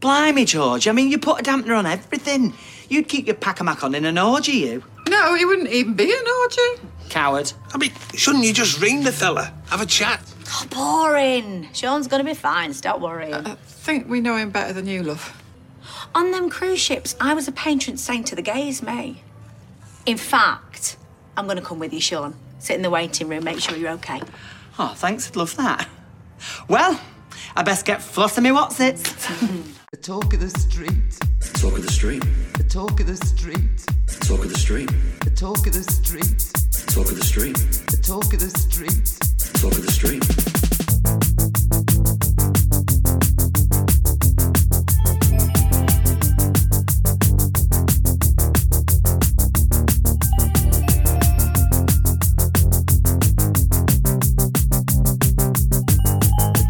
Blimey, George, I mean, you put a dampener on everything. You'd keep your pack a mac on in an orgy, you. No, it wouldn't even be an orgy. Coward. I mean, shouldn't you just ring the fella? Have a chat. Oh, boring. Sean's gonna be fine, so don't worry. I think we know him better than you, love. Uh, On them cruise ships, I was a patron saint of the gays, me. In fact, I'm gonna come with you, Sean. Sit in the waiting room, make sure you're okay. Oh, thanks, I'd love that. Well, I best get flossing me watsits. The talk of the street. Talk of the street. The talk of the street. Talk of the street. The talk of the street. Talk of the street. The talk of the street. Talk of the street. The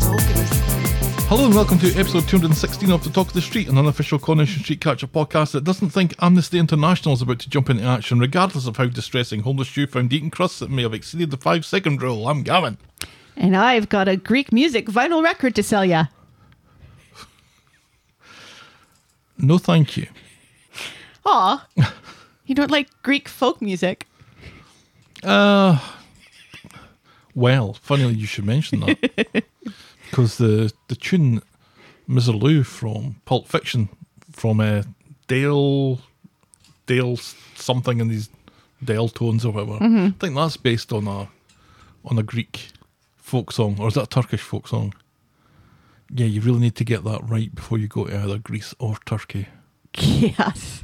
talk of the street. Hello and welcome to episode 216 of the Talk of the Street, an unofficial Coronation Street Catcher podcast that doesn't think Amnesty International is about to jump into action, regardless of how distressing homeless Jew found eating crusts that may have exceeded the five second rule. I'm Gavin. And I've got a Greek music vinyl record to sell ya. No, thank you. Aw. you don't like Greek folk music. Uh, Well, funnily you should mention that because the the tune Mr. Lou from Pulp Fiction from uh, Dale Dale something in these Dale tones or whatever. I think that's based on a on a Greek folk song or is that a Turkish folk song? Yeah, you really need to get that right before you go to either Greece or Turkey. Yes.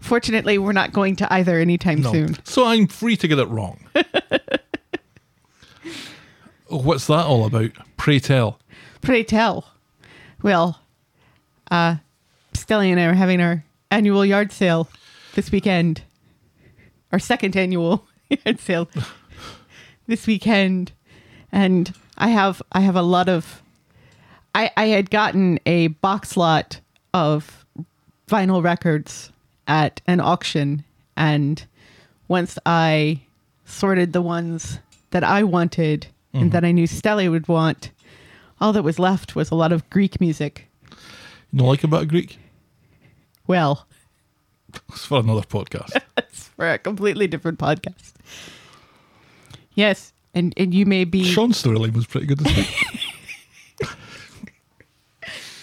Fortunately, we're not going to either anytime soon. So I'm free to get it wrong. oh, what's that all about? Pray tell. Pray tell. Well, uh, Stelly and I are having our annual yard sale this weekend. Our second annual yard sale this weekend, and I have I have a lot of. I I had gotten a box lot of vinyl records at an auction, and once I sorted the ones that I wanted and that I knew Stelly would want, all that was left was a lot of Greek music. You know, like about a Greek? Well, It's for another podcast. it's for a completely different podcast. Yes, and and you may be Sean's storyline was pretty good this week.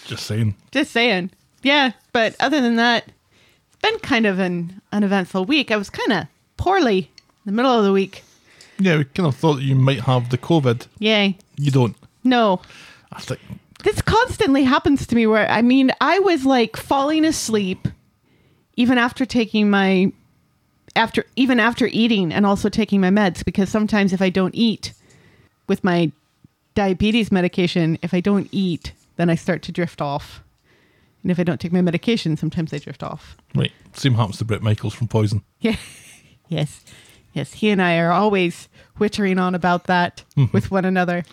Just saying. just saying, yeah. But other than that, it's been kind of an uneventful week. I was kind of poorly in the middle of the week. Yeah, we kind of thought that you might have the COVID. Yay! You don't. No, I think. this constantly happens to me where i mean i was like falling asleep even after taking my after even after eating and also taking my meds because sometimes if i don't eat with my diabetes medication if i don't eat then i start to drift off and if i don't take my medication sometimes i drift off Right. Same happens to Brett Michaels from Poison. yeah yes yes he and i are always whittering on about that with one another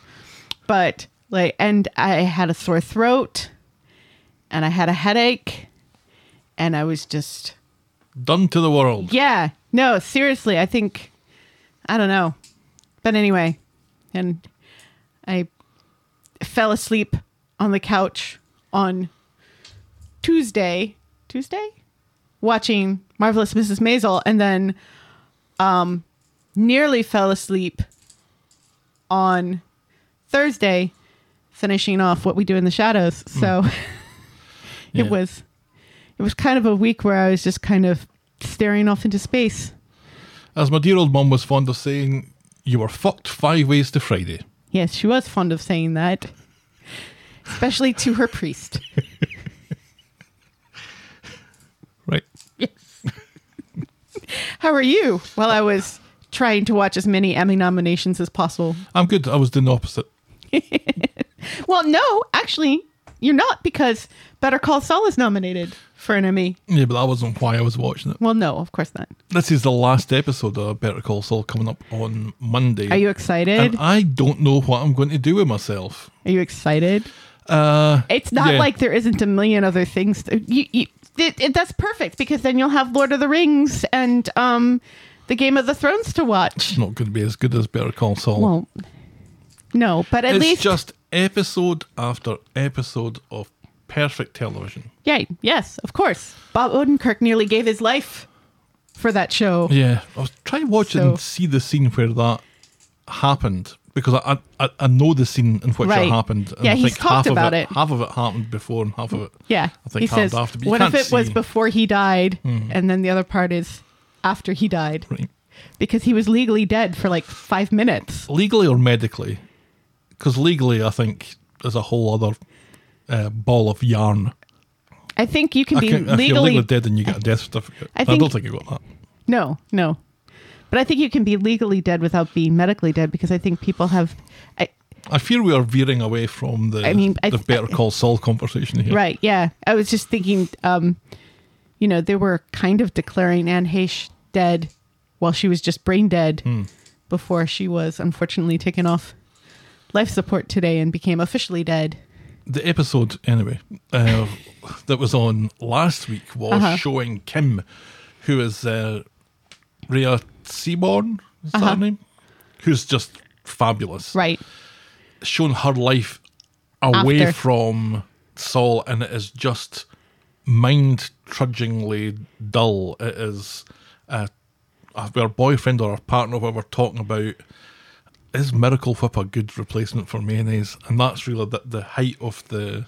but like and i had a sore throat and i had a headache and i was just Done to the world. yeah no seriously i think i don't know but anyway and i fell asleep on the couch on tuesday tuesday watching marvelous mrs mazel and then um nearly fell asleep on thursday finishing off what we do in the shadows so Yeah. it was it was kind of a week where I was just kind of staring off into space. As my dear old mum was fond of saying, you were fucked five ways to Friday. Yes, she was fond of saying that, especially to her priest. Right. How are you? Well, I was trying to watch as many Emmy nominations as possible. I'm good. I was doing the opposite. Well, no, actually, you're not because Better Call Saul is nominated for an Emmy. Yeah, but that wasn't why I was watching it. Well, no, of course not. This is the last episode of Better Call Saul coming up on Monday. Are you excited? And I don't know what I'm going to do with myself. Are you excited? Uh, It's not yeah. like there isn't a million other things. to- you, you, it, it, that's perfect because then you'll have Lord of the Rings and um, the Game of the Thrones to watch. it's not going to be as good as Better Call Saul. Well, no, but at it's least just episode after episode of perfect television. Yay. Yes, of course. Bob Odenkirk nearly gave his life for that show. Yeah, I was trying to watch it and So- see the scene where that happened because I I, I know the scene in which Right. it happened. And Yeah, I he's think half talked of about it. Half of it happened before and half of it. Yeah. I think he happened says, after. But you what if can't it was see- Mm-hmm. before he died? And then the other part is after he died. Right. Because he was legally dead for like five minutes. legally or medically? Because legally, I think is a whole other uh, ball of yarn. I think you can I be can't- if you're legally. legally dead, then you get a death certificate. I I, think- don't think you got that. No, no. But I think you can be legally dead without being medically dead because I think people have. I, I fear we are veering away from the I mean, I- the Better Call Saul conversation here. Right. Yeah. I was just thinking, um, you know, they were kind of declaring Anne Heche dead while she was just brain dead before she was unfortunately taken off life support today and became officially dead. the episode anyway uh, that was on last week was Uh-huh. showing Kim, who is uh, Rhea Seaborn, is Uh-huh. that her name? Who's just fabulous. Right. Showing her life away After. from Saul, and it is just mind trudgingly dull. It is uh, her boyfriend or her partner, or whatever, talking about is Miracle Whip a good replacement for mayonnaise? And that's really the, the height of the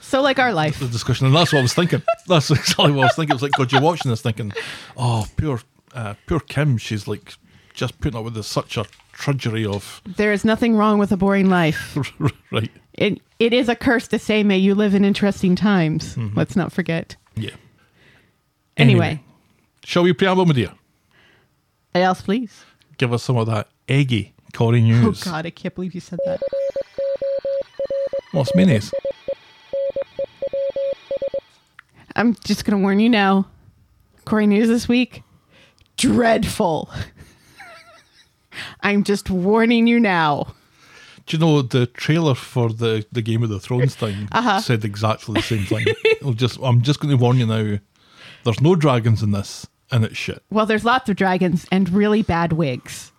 So like our life. the discussion, and that's what I was thinking. That's exactly what I was thinking. It was like, God, you're watching this thinking, oh, poor, uh, poor Kim. She's like just putting up with this, such a trudgery of There is nothing wrong with a boring life. right. It it is a curse to say may you live in interesting times. Let's not forget. Yeah. Mm-hmm. Anyway. shall we preamble, my dear? Else please. Give us some of that eggy Corey news. Oh god, I can't believe you said that. What's mayonnaise? I'm just going to warn you now. Corey News this week, dreadful. I'm just warning you now. Do you know the trailer for the, the Game of the Thrones thing Uh-huh. said exactly the same thing? It'll just I'm just going to warn you now. There's no dragons in this, and it's shit. Well, there's lots of dragons and really bad wigs.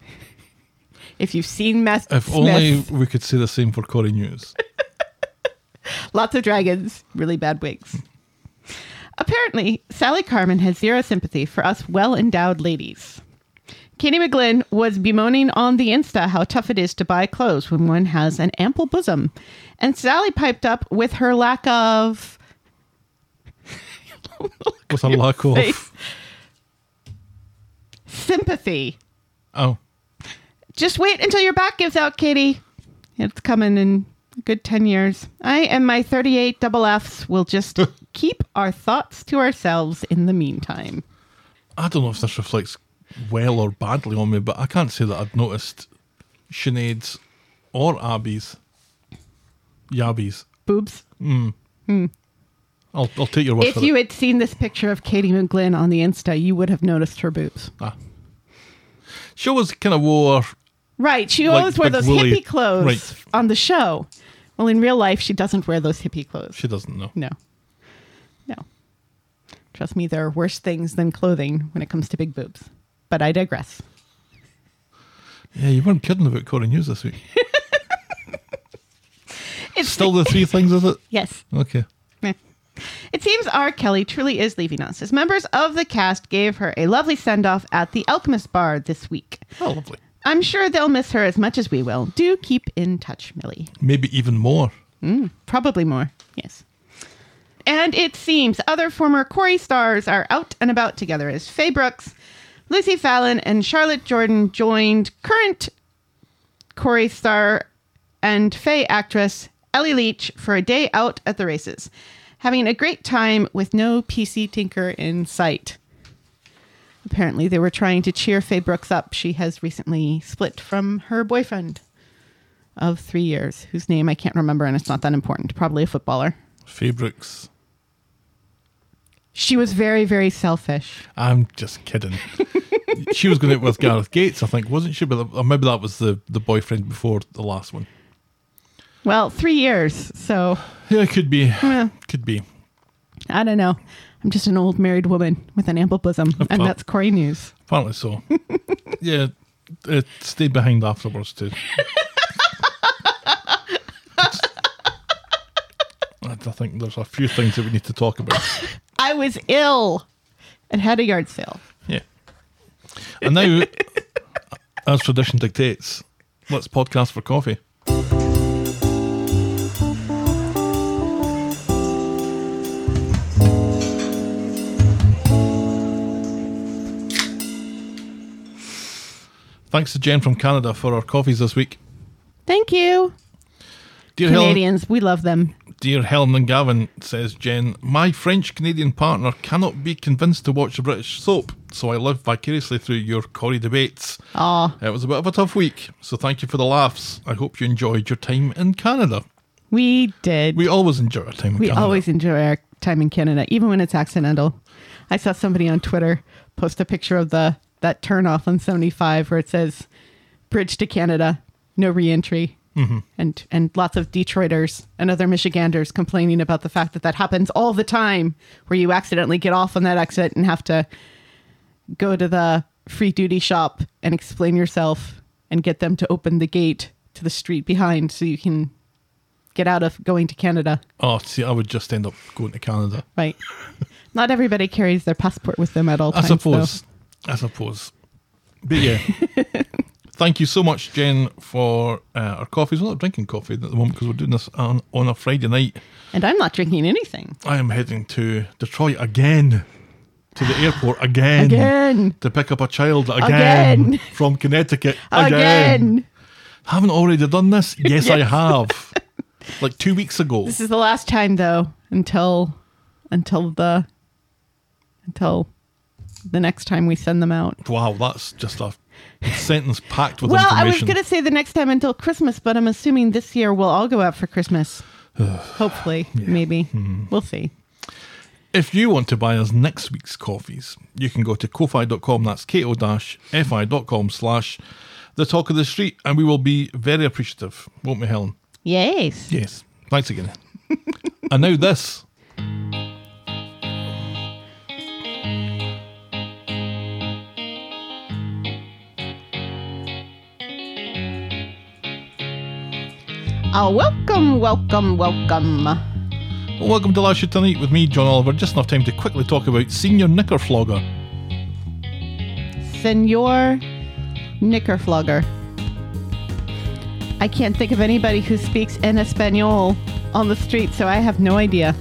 If you've seen Meth If Smith, only we could say the same for Corey News. lots of dragons, really bad wigs. Apparently, Sally Carmen has zero sympathy for us well endowed ladies. Katie McGlynn was bemoaning on the Insta how tough it is to buy clothes when one has an ample bosom. And Sally piped up with her lack of With a lack of face. sympathy. oh, Just wait until your back gives out, Katie. It's coming in a good 10 years. I and my 38 double Fs will just keep our thoughts to ourselves in the meantime. I don't know if this reflects well or badly on me, but I can't say that I've noticed Sinead's or Abby's, Yabby's. Boobs. I'll, I'll take your word if for you it. had seen this picture of Katie McGlynn on the Insta, you would have noticed her boobs. Ah. She always kind of wore Right. She Like always wore big those woolly- hippie clothes right. on the show. Well, in real life, she doesn't wear those hippie clothes. She doesn't know. No. No. Trust me, there are worse things than clothing when it comes to big boobs. But I digress. Yeah, you weren't kidding about Corey News this week. It's Still the three things, is it? yes. Okay. Meh. It seems R. Kelly truly is leaving us, as members of the cast gave her a lovely send off at the Alchemist Bar this week. Oh, lovely. I'm sure they'll miss her as much as we will. Do keep in touch, Millie. Maybe even more. Probably more, yes. And it seems other former Corey stars are out and about together as Faye Brooks, Lizzie Fallon, and Charlotte Jordan joined current Corey star and Faye actress Ellie Leach for a day out at the races, having a great time with no PC tinker in sight. Apparently, they were trying to cheer Faye Brooks up. She has recently split from her boyfriend of three years, whose name I can't remember, and it's not that important. Probably a footballer. Faye Brooks. She was very, very selfish. I'm just kidding. she was going out with Gareth Gates, I think, wasn't she? But or maybe that was the, the boyfriend before the last one. Well, three years, so Yeah, it could be. Could be. I don't know. I'm just an old married woman with an ample bosom, and well. that's Corey News. Apparently so. yeah, it stayed behind afterwards too. I bad. I think there's a few things that we need to talk about. I was ill and had a yard sale. Yeah. And now, as tradition dictates, let's podcast for coffee. Thanks to Jen from Canada for our coffees this week. Thank you. Dear Helen, Canadians, we love them. dear Helen and Gavin, says Jen, my French Canadian partner cannot be convinced to watch a British soap, so I live vicariously through your Corrie debates. Aw, It was a bit of a tough week, so thank you for the laughs. I hope you enjoyed your time in Canada. we did. We always enjoy our time in We Canada. always enjoy our time in Canada, even when it's accidental. I saw somebody on Twitter post a picture of the that turn off on 75 where it says "Bridge to Canada, no reentry," Mm-hmm. and and lots of Detroiters and other Michiganders complaining about the fact that that happens all the time, where you accidentally get off on that exit and have to go to the free duty shop and explain yourself and get them to open the gate to the street behind so you can get out of going to Canada. Oh, see, I would just end up going to Canada. Right. Not everybody carries their passport with them at all I times. suppose. I suppose. But yeah. Thank you so much, Jen, for uh, our coffees. We're not drinking coffee at the moment because we're doing this on, on a Friday night. though. And I'm not drinking anything. I am heading to Detroit again, to the airport again, Again. to pick up a child again, Again. from Connecticut Again. Haven't already done this? Yes, I have. Like two weeks ago. This is the last time though until until the until the next time we send them out. wow, that's just a sentence packed with well, I was information. going to say the next time until Christmas, but I'm assuming this year we'll all go out for Christmas. Hopefully, maybe. Mm-hmm. We'll see. If you want to buy us next week's coffees, you can go to kofi.com, that's ko-fi.com slash the talk of the street, and we will be very appreciative, won't we, Helen? Yes. Yes. Thanks again. and now this. Oh, welcome, welcome, welcome. Well, welcome to Last Year Tonight with me, John Oliver. Just enough time to quickly talk about Senior Knickerflogger. Senor Knickerflogger. I can't think of anybody who speaks en Espanol on the street, so I have no idea.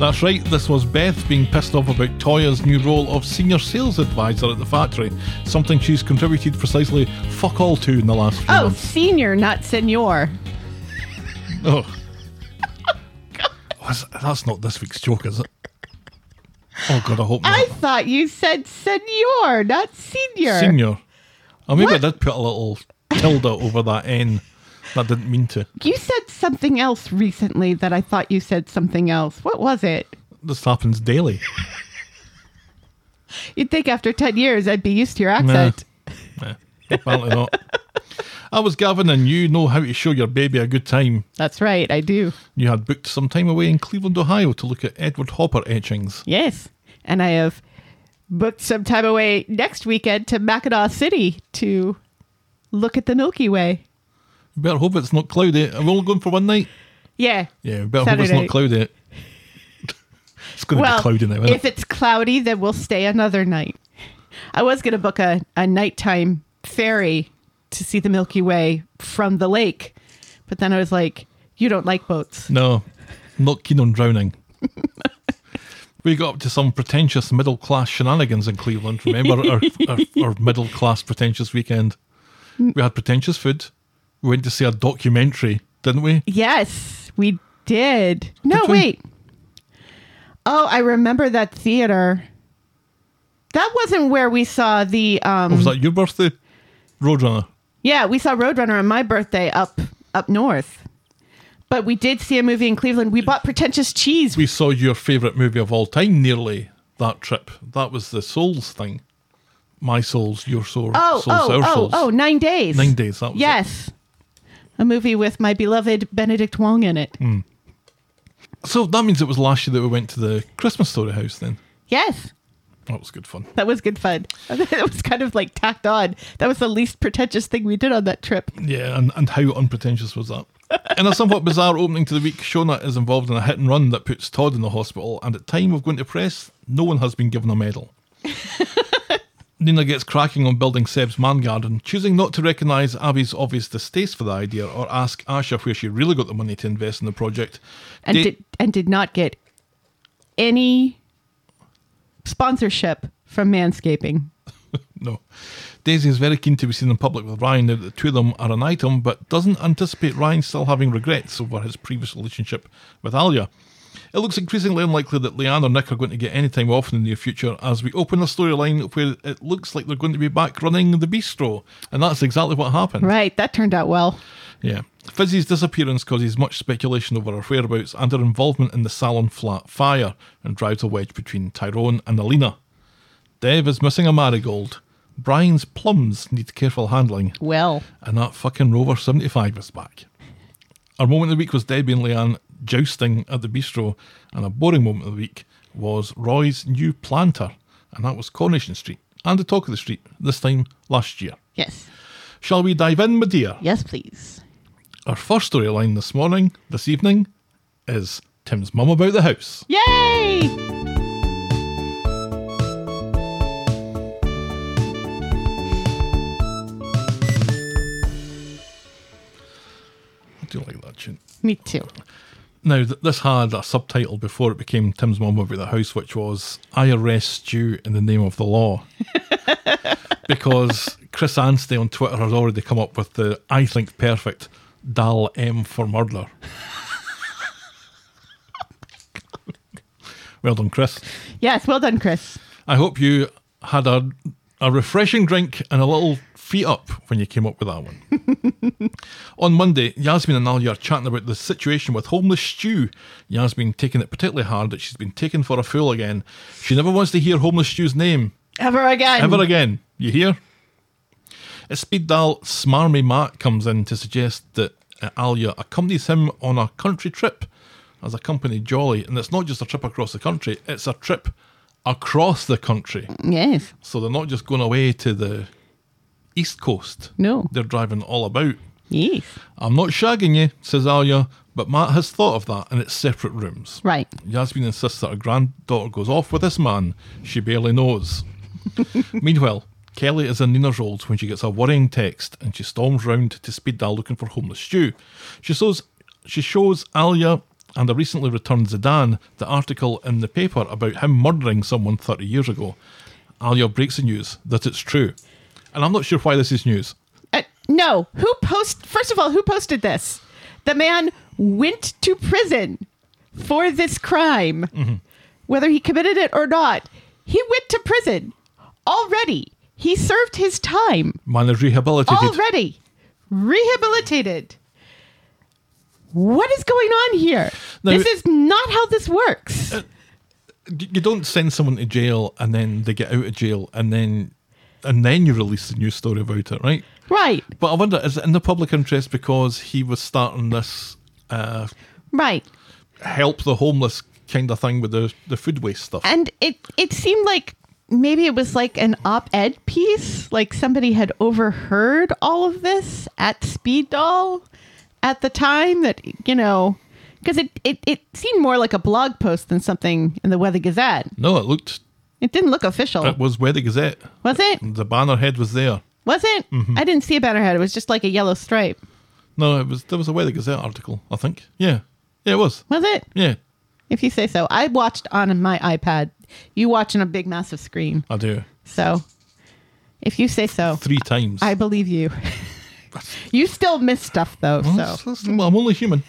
That's right, this was Beth being pissed off about Toya's new role of Senior Sales Advisor at the factory, something she's contributed precisely fuck all to in the last few Oh, months. senior, not senor. Oh. That's- That's not this week's joke, is it? Oh, God, I hope not. I thought you said senor, not senior. Senior. Oh, maybe What? I did put a little tilde over that N. That didn't mean to. You said something else recently that I thought you said something else. What was it? This happens daily. You'd think after 10 years I'd be used to your accent. Nah, apparently not. I was Gavin, and you know how to show your baby a good time. That's right, I do. You had booked some time away in Cleveland, Ohio to look at Edward Hopper etchings. Yes. And I have booked some time away next weekend to Mackinac City to look at the Milky Way. You better hope it's not cloudy. Are we only going for one night? Yeah. Yeah, we better hope it's Saturday. not cloudy. it's going to Well, be cloudy now, isn't if it? it's cloudy, then we'll stay another night. I was going to book a, a nighttime ferry to see the Milky Way from the lake, but then I was like, you don't like boats. No, not keen on drowning. we got up to some pretentious middle class shenanigans in Cleveland. Remember our, our, our middle class pretentious weekend? We had pretentious food. We went to see a documentary, didn't we? Yes, we did. No, Which one? wait. Oh, I remember that theater. That wasn't where we saw the um Or was that your birthday? Roadrunner. Yeah, we saw Roadrunner on my birthday up up north. But we did see a movie in Cleveland. We bought pretentious cheese. We saw your favourite movie of all time nearly that trip. That was the Souls thing. My Souls, Your Soul, oh, Souls, oh, Our oh, Souls. oh, nine days. Nine Days, that was it. yes. A movie with my beloved Benedict Wong in it. Mm. So that means it was last year that we went to the Christmas Story house then. Yes. That was good fun. That was good fun. That was kind of like tacked on. That was the least pretentious thing we did on that trip. Yeah, and, and how unpretentious was that? In a somewhat bizarre opening to the week, Shona is involved in a hit and run that puts Todd in the hospital, and at time of going to press, no one has been given a medal. Nina gets cracking on building Seb's man garden, choosing not to recognise Abby's obvious distaste for the idea or ask Asha where she really got the money to invest in the project. and Da- did and did not get any sponsorship from manscaping. No. Daisy is very keen to be seen in public with Ryan now that the two of them are an item, but doesn't anticipate Ryan still having regrets over his previous relationship with Alia. It looks increasingly unlikely that Leanne or Nick are going to get any time off in the near future as we open a storyline where it looks like they're going to be back running the bistro. And that's exactly what happened. Right, that turned out well. Yeah. Fizzy's disappearance causes much speculation over her whereabouts and her involvement in the salon flat fire and drives a wedge between Tyrone and Alina. Dev is missing a marigold. Brian's plums need careful handling. Well, And that fucking Rover 75 is back. Our moment of the week was Debbie and Leanne jousting at the bistro, and a boring moment of the week was Roy's new planter, and that was Coronation Street and the talk of the street, this time last year. yes, Shall we dive in, my dear? yes, please. Our first storyline this morning, this evening, is Tim's mum about the house. Yay! I do like that tune. Me too. Now, th- this had a subtitle before it became Tim's mum about the house, which was I arrest you in the name of the law. because Chris Anstey on Twitter has already come up with the I think perfect Dal M for murder. well done, Chris. Yes, well done, Chris. I hope you had a a refreshing drink and a little feet up when you came up with that one. On Monday, Yasmin and Ali are chatting about the situation with homeless Stew. Yasmin taking it particularly hard that she's been taken for a fool again. She never wants to hear homeless Stew's name Ever again. ever again. You hear? A speed dial Smarmy Matt comes in to suggest that uh, Alia accompanies him on a country trip as a company jolly, and it's not just a trip across the country; it's a trip across the country. Yes. So they're not just going away to the east coast. No. They're driving all about. Yes. I'm not shagging you, says Alia, but Matt has thought of that and it's separate rooms. Right. Yasmin insists that her granddaughter goes off with this man she barely knows. Meanwhile, Kelly is in Nina's rolls when she gets a worrying text and she storms round to Speed Dial looking for homeless Stew. She shows, she shows Alia and a recently returned Zidane the article in the paper about him murdering someone 30 years ago. Alia breaks the news that it's true. And I'm not sure why this is news. Uh, no. Who post? First of all, who posted this? The man went to prison for this crime, whether he committed it or not. He went to prison already. He served his time Man is rehabilitated. already, rehabilitated. What is going on here? No, this but- is not how this works. Y- you don't send someone to jail and then they get out of jail and then and then you release the news story about it, right? right, But I wonder, is it in the public interest because he was starting this uh, right. help the homeless kind of thing with the, the food waste stuff? and it it seemed like maybe it was like an op-ed piece like somebody had overheard all of this at speed doll at the time that you know because it, it it seemed more like a blog post than something in the weather gazette No, it looked it didn't look official it was Weather Gazette. was it The banner head was there. was it i didn't see a bannerhead it was just like a yellow stripe No, it was there was a Weather Gazette article, I think. Yeah. Yeah, it was. was it Yeah, if you say so i watched on my ipad you watch on a big massive screen I do. so if you say so Three times. I believe you. you still miss stuff though, Well, so that's- that's- well, I'm only human.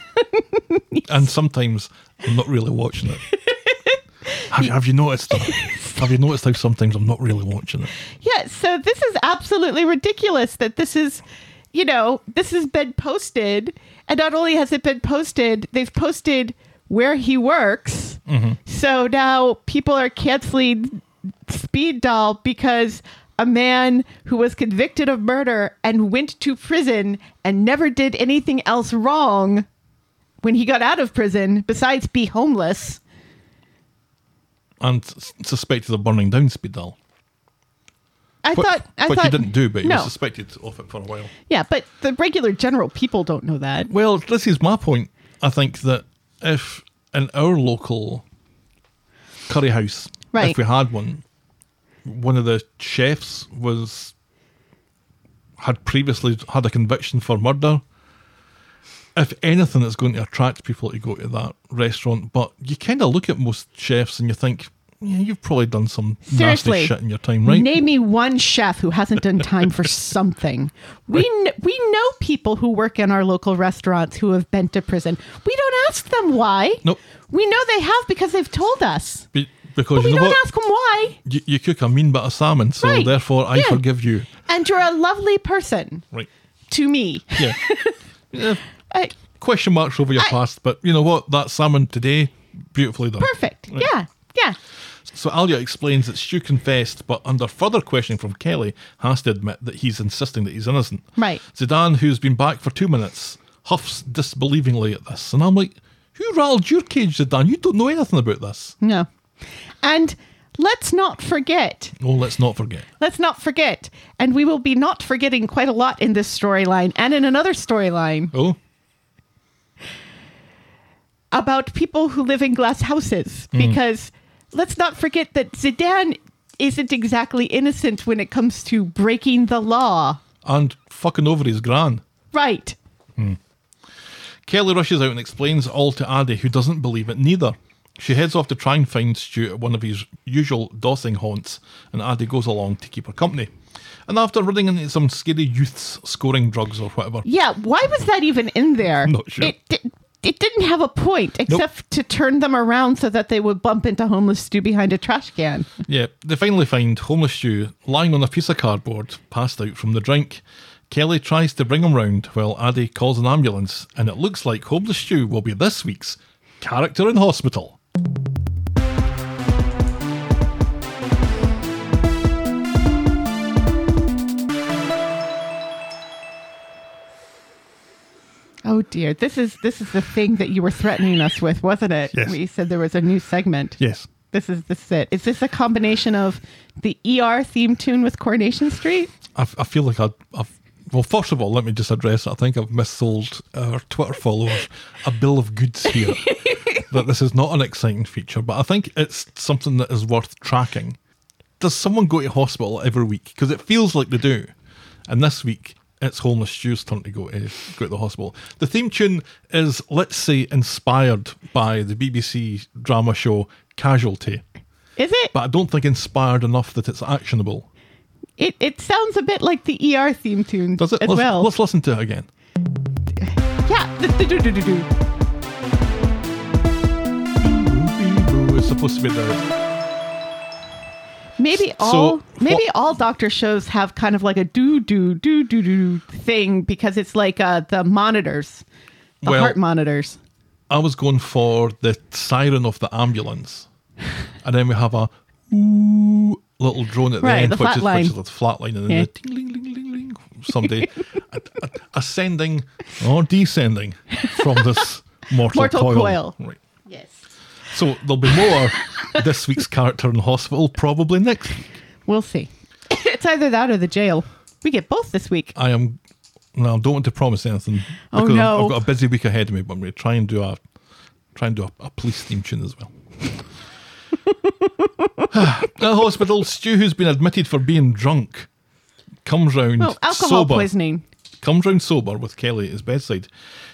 and sometimes I'm not really watching it. Have you, have you noticed that? Have you noticed how sometimes I'm not really watching it? yeah. So this is absolutely ridiculous that this is, you know, this has been posted, and not only has it been posted, they've posted where he works. So now people are canceling Speed Doll because a man who was convicted of murder and went to prison and never did anything else wrong when he got out of prison besides be homeless. And s- suspected of burning down Speed Dial. I But- thought. I but thought you didn't do, but you no. suspected of it for a while. Yeah, but the regular general people don't know that. Well, this is my point. I think that if in our local curry house, Right. if we had one, one of the chefs was had previously had a conviction for murder. If anything, it's going to attract people to go to that restaurant. But you kind of look at most chefs and you think, yeah, you've probably done some Seriously. nasty shit in your time, right? Name me one chef who hasn't done time for something. We kn- we know people who work in our local restaurants who have been to prison. We don't ask them why. Nope. We know they have because they've told us. Be- But because we you know don't what? ask them why. you, you cook a mean bit of salmon, so Right. therefore I Yeah. forgive you. And you're a lovely person Right. to me. Uh, Yeah. Yeah. I, Question marks over your I- past, but you know what? That salmon today, beautifully done. perfect. Right. Yeah. Yeah. So Alia explains that Stu confessed, but under further questioning from Kelly, has to admit that he's insisting that he's innocent. Right. Zidane, who's been back for two minutes, huffs disbelievingly at this, and I'm like, "Who rattled your cage, Zidane? You don't know anything about this." No. And let's not forget Oh, let's not forget. Let's not forget, and we will be not forgetting quite a lot in this storyline and in another storyline Oh, about people who live in glass houses. Mm. Because let's not forget that Zidane isn't exactly innocent when it comes to breaking the law. and fucking over his gran. Right. Kelly rushes out and explains all to Addy, who doesn't believe it neither. She heads off to try and find Stu at one of his usual dossing haunts, and Addy goes along to keep her company. And after running into some scary youths scoring drugs or whatever, Yeah. Why was that even in there? Not sure. It, it, it didn't have a point except to turn them around so that they would bump into homeless stew behind a trash can. yeah, they finally find homeless Stu lying on a piece of cardboard, passed out from the drink. Kelly tries to bring him round while Addy calls an ambulance, and it looks like homeless Stu will be this week's character in hospital. Oh dear. This is this is the thing that you were threatening us with, wasn't it? Yes. We said there was a new segment. Yes. This is this is it. Is this a combination of the ER theme tune with Coronation Street? I, I feel like I've, I've. Well, first of all, let me just address. I think I've missold our Twitter followers a bill of goods here. that this is not an exciting feature, but I think it's something that is worth tracking. Does someone go to hospital every week? Because it feels like they do. And this week, it's homeless Stu's turn to go to go to the hospital. The theme tune is, let's say, inspired by the BBC drama show Casualty, Is it? but I don't think inspired enough that it's actionable. It it sounds a bit like the ER theme tune Does it? as let's, well. let's listen to it again. yeah. Do, do, do, do, do. It's supposed to be the Maybe all maybe all doctor shows have kind of like a do do do do do thing because it's like uh the monitors, the Well- heart monitors. I was going for the siren of the ambulance, and then we have a ooh little drone at the Right, end, the which, flat is, line. which is a flat line, and then Yeah. the ting ling ling ling ling someday a- a- ascending or descending from this mortal, Mortal coil. Right. Yes. So there'll be more this week's character in hospital probably next. week. We'll see. it's either that or the jail. We get both this week. I am. No, I don't want to promise anything. Oh, because I'm- no. I've got a busy week ahead of me, but I'm going to try and do a try and do a, a police theme tune as well. At the hospital, Stu, who's been admitted for being drunk, comes round Well, alcohol sober. poisoning. Comes round sober with Kelly at his bedside.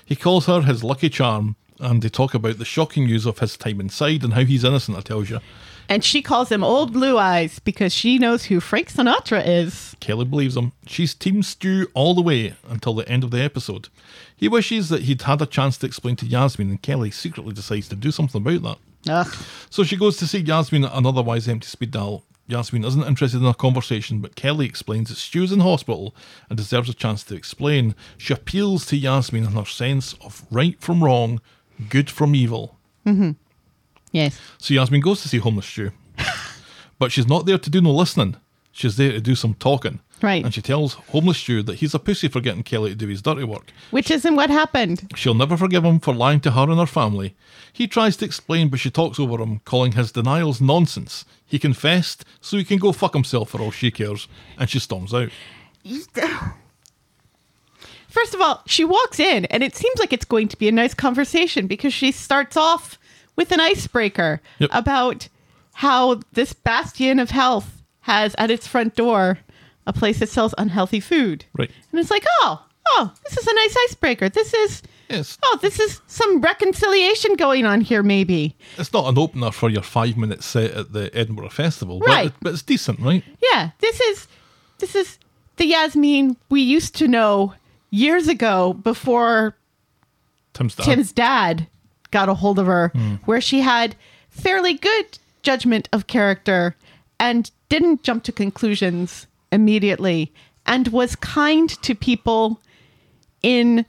He calls her his lucky charm, and they talk about the shocking news of his time inside and how he's innocent. I tells you, And she calls him Old Blue Eyes because she knows who Frank Sinatra is. Kelly believes him. She's Team Stew all the way until the end of the episode. He wishes that he'd had a chance to explain to Yasmin, and Kelly secretly decides to do something about that. Ugh. So she goes to see Yasmin at an otherwise empty speed dial. Yasmin isn't interested in a conversation, but Kelly explains that Stu's in hospital and deserves a chance to explain. She appeals to Yasmin and her sense of right from wrong, good from evil. Yes. So Yasmin goes to see homeless Stu, but she's not there to do no listening. She's there to do some talking. Right. And she tells homeless Stew that he's a pussy for getting Kelly to do his dirty work. Which isn't what happened. She'll never forgive him for lying to her and her family. He tries to explain, but she talks over him, calling his denials nonsense. He confessed, so he can go fuck himself for all she cares, and she storms out. First of all, she walks in and it seems like it's going to be a nice conversation because she starts off with an icebreaker Yep. about how this bastion of health has at its front door a place that sells unhealthy food. Right. And it's like, oh, oh, this is a nice icebreaker. This is, Yes. oh, this is some reconciliation going on here, maybe. It's not an opener for your five minute set at the Edinburgh Festival, Right. but, but it's decent, right? Yeah, this is this is the Yasmin we used to know years ago before Tim's dad. Tim's dad got a hold of her, where she had fairly good judgment of character and didn't jump to conclusions immediately and was kind to people in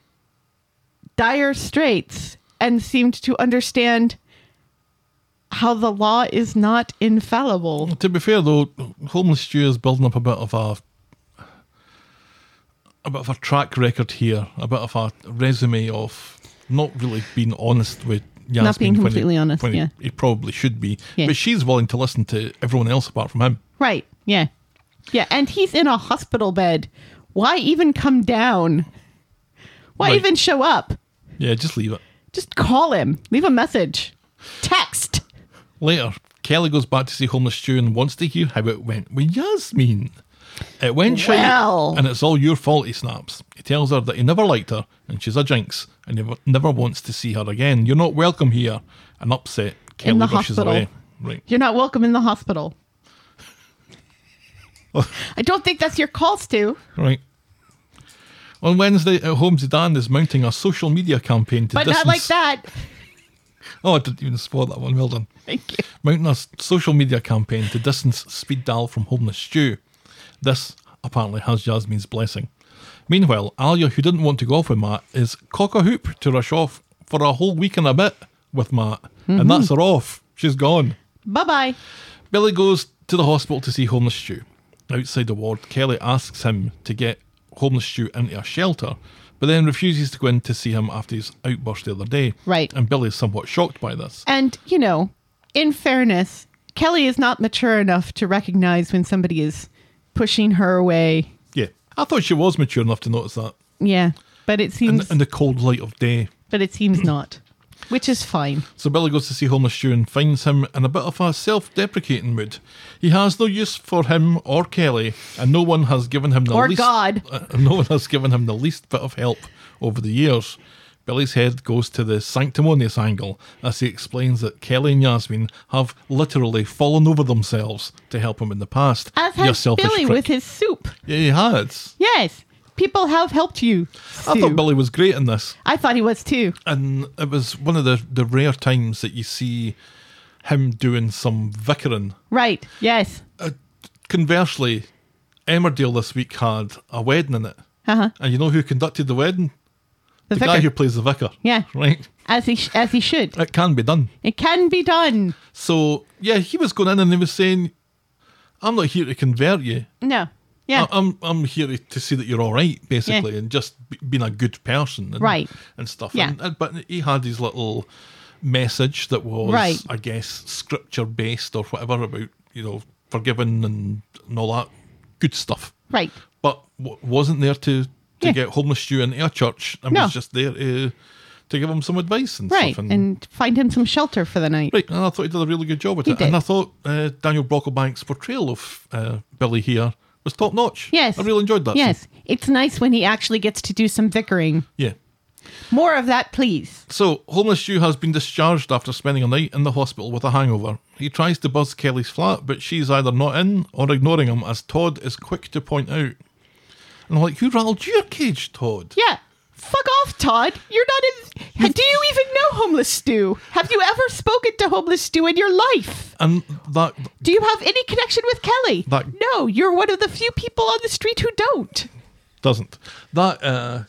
dire straits and seemed to understand how the law is not infallible. To be fair, though, homeless Stew is building up a bit of a a bit of a track record here, a bit of a resume of not really being honest with Yasmin. being when he- completely honest, when he- yeah. He, probably should be, Yeah. but she's willing to listen to everyone else apart from him. Right. Yeah. Yeah. And he's in a hospital bed. Why even come down? Why Right. even show up? Yeah, just leave it. Just call him. Leave a message. Text. Later, Kelly goes back to see homeless Stew and wants to hear how it went with Yasmin. It went shite, Well. and it's all your fault. He snaps. He tells her that he never liked her, and she's a jinx, and he never wants to see her again. You're not welcome here. And upset, Kelly the rushes hospital. away. Right. You're not welcome in the hospital. I don't think that's your call, Stu. Right. On Wednesday at home, Zidane is mounting a social media campaign to But distance. not like that. Oh, I didn't even spot that one. Well done. Thank you. Mounting a s- social media campaign to distance Speed Dial from homeless Stew. This apparently has Yasmin's blessing. Meanwhile, Alia, who didn't want to go off with Matt, is cock a hoop to rush off for a whole week and a bit with Matt, and that's her off. She's gone. Bye bye. Billy goes to the hospital to see homeless Stew. Outside the ward, Kelly asks him to get homeless Stew into a shelter, but then refuses to go in to see him after his outburst the other day. Right. Uh, And Billy is somewhat shocked by this. And, you know, in fairness, Kelly is not mature enough to recognize when somebody is pushing her away. Yeah. I thought she was mature enough to notice that Yeah. But it in, seems in the cold light of day. but it seems not. Which is fine. So Billy goes to see homeless Stew and finds him in a bit of a self deprecating mood. He has no use for him or Kelly, and no one has given him the Or least God. uh, no one has given him the least bit of help over the years. Billy's head goes to the sanctimonious angle as he explains that Kelly and Yasmin have literally fallen over themselves to help him in the past. As You has selfish Billy prick. with his soup. Yeah, he has. Yes, people have helped you. I Sue. thought Billy was great in this. I thought he was too. and it was one of the, the rare times that you see him doing some vicaring. Right. Yes. Conversely, Emmerdale this week had a wedding in it, Uh-huh. and you know who conducted the wedding? The, guy vicar. who plays the vicar. Yeah. right. as he sh- as he should. It can be done. It can be done. So yeah, he was going in and he was saying, "I'm not here to convert you. No. Yeah. I, am I'm here to, to see that you're all right, basically, and just b- being a good person, and, Right. and stuff. Yeah. And, and- but he had his little message that was, Right. I guess, scripture based or whatever about you know forgiving and, and all that good stuff. right. But w- wasn't there to to Yeah. get homeless Jew into a church, and No. was just there to to give him some advice and Right. stuff. And, find him some shelter for the night. Right, and I thought he did a really good job with He it. did. And I thought uh, Daniel Brocklebank's portrayal of uh, Billy here was top notch. Yes. I really enjoyed that. Yes. It's nice when he actually gets to do some vickering. Yeah. More of that, please. So, homeless Jew has been discharged after spending a night in the hospital with a hangover. He tries to buzz Kelly's flat, but she's either not in or ignoring him, as Todd is quick to point out. And I'm like, who rattled your cage, Todd? Yeah. Fuck off, Todd. You're not in. Do you even know homeless Stew? Have you ever spoken to homeless Stew in your life? And that Do you have any connection with Kelly? That- no, you're one of the few people on the street who don't. doesn't. That uh,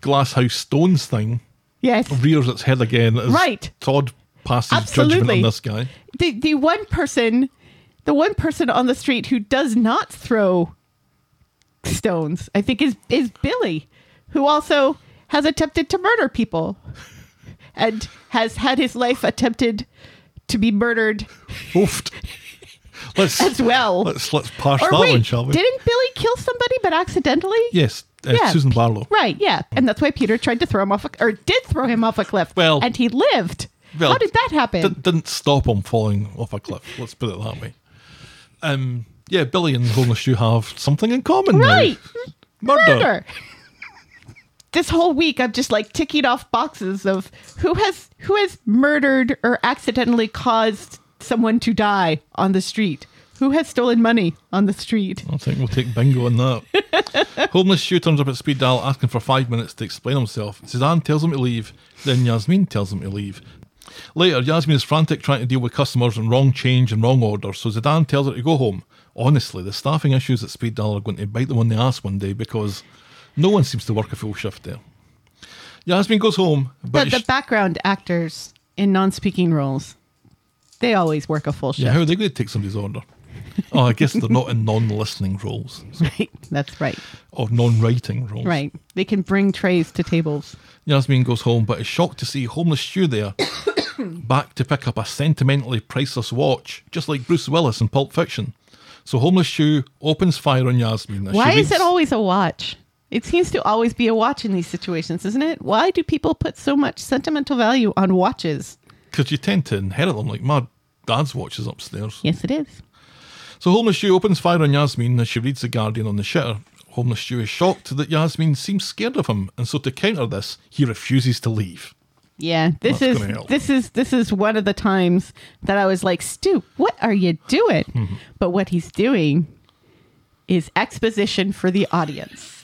glass house stones thing Yes. rears its head again as Right. Todd passes judgment Absolutely. on this guy. The the one person the one person on the street who does not throw stones, I think, is is Billy, who also has attempted to murder people, and has had his life attempted to be murdered Oofed. Let's as well. let's let's parse or that wait, one, shall we? didn't Billy kill somebody but accidentally? yes, uh, Susan Pe- Barlow. Right, yeah. And that's why Peter tried to throw him off, a, or did throw him off a cliff. Well- and he lived. How did that happen? d- didn't stop him falling off a cliff. Let's put it that way. Um, yeah, Billy and homeless you have something in common, now. right. Murder. murder. this whole week I'm just like ticking off boxes of who has who has murdered or accidentally caused someone to die on the street. Who has stolen money on the street? I think we'll take bingo on that. Homeless Shoe turns up at speed dial asking for five minutes to explain himself. Suzanne tells him to leave, then Yasmin tells him to leave. Later, Yasmin is frantic trying to deal with customers and wrong change and wrong order, so Zidane tells her to go home. Honestly, the staffing issues at Speed Dial are going to bite them on the ass one day because no one seems to work a full shift there. Yasmin goes home, but But it's- the background actors in non-speaking roles, they always work a full shift. yeah, how are they going to take somebody's order? Oh, I guess they're not in non-listening roles Right. That's right. or non-writing roles. Right. They can bring trays to tables. Yasmin goes home, but is shocked to see homeless Stew there, back to pick up a sentimentally priceless watch, just like Bruce Willis in Pulp Fiction. So homeless Stew opens fire on Yasmin. as she Why reads- is it always a watch? It seems to always be a watch in these situations, isn't it? Why do people put so much sentimental value on watches? Because you tend to inherit them, like my dad's watch is upstairs. Yes, it is. So homeless Stew opens fire on Yasmin as she reads the Guardian on the shitter. Homeless Stew is shocked that Yasmin seems scared of him, and so to counter this, he refuses to leave. Yeah, this That's is gonna help. this is this is one of the times that I was like, "Stu, what are you doing?" Hmm. But what he's doing is exposition for the audience.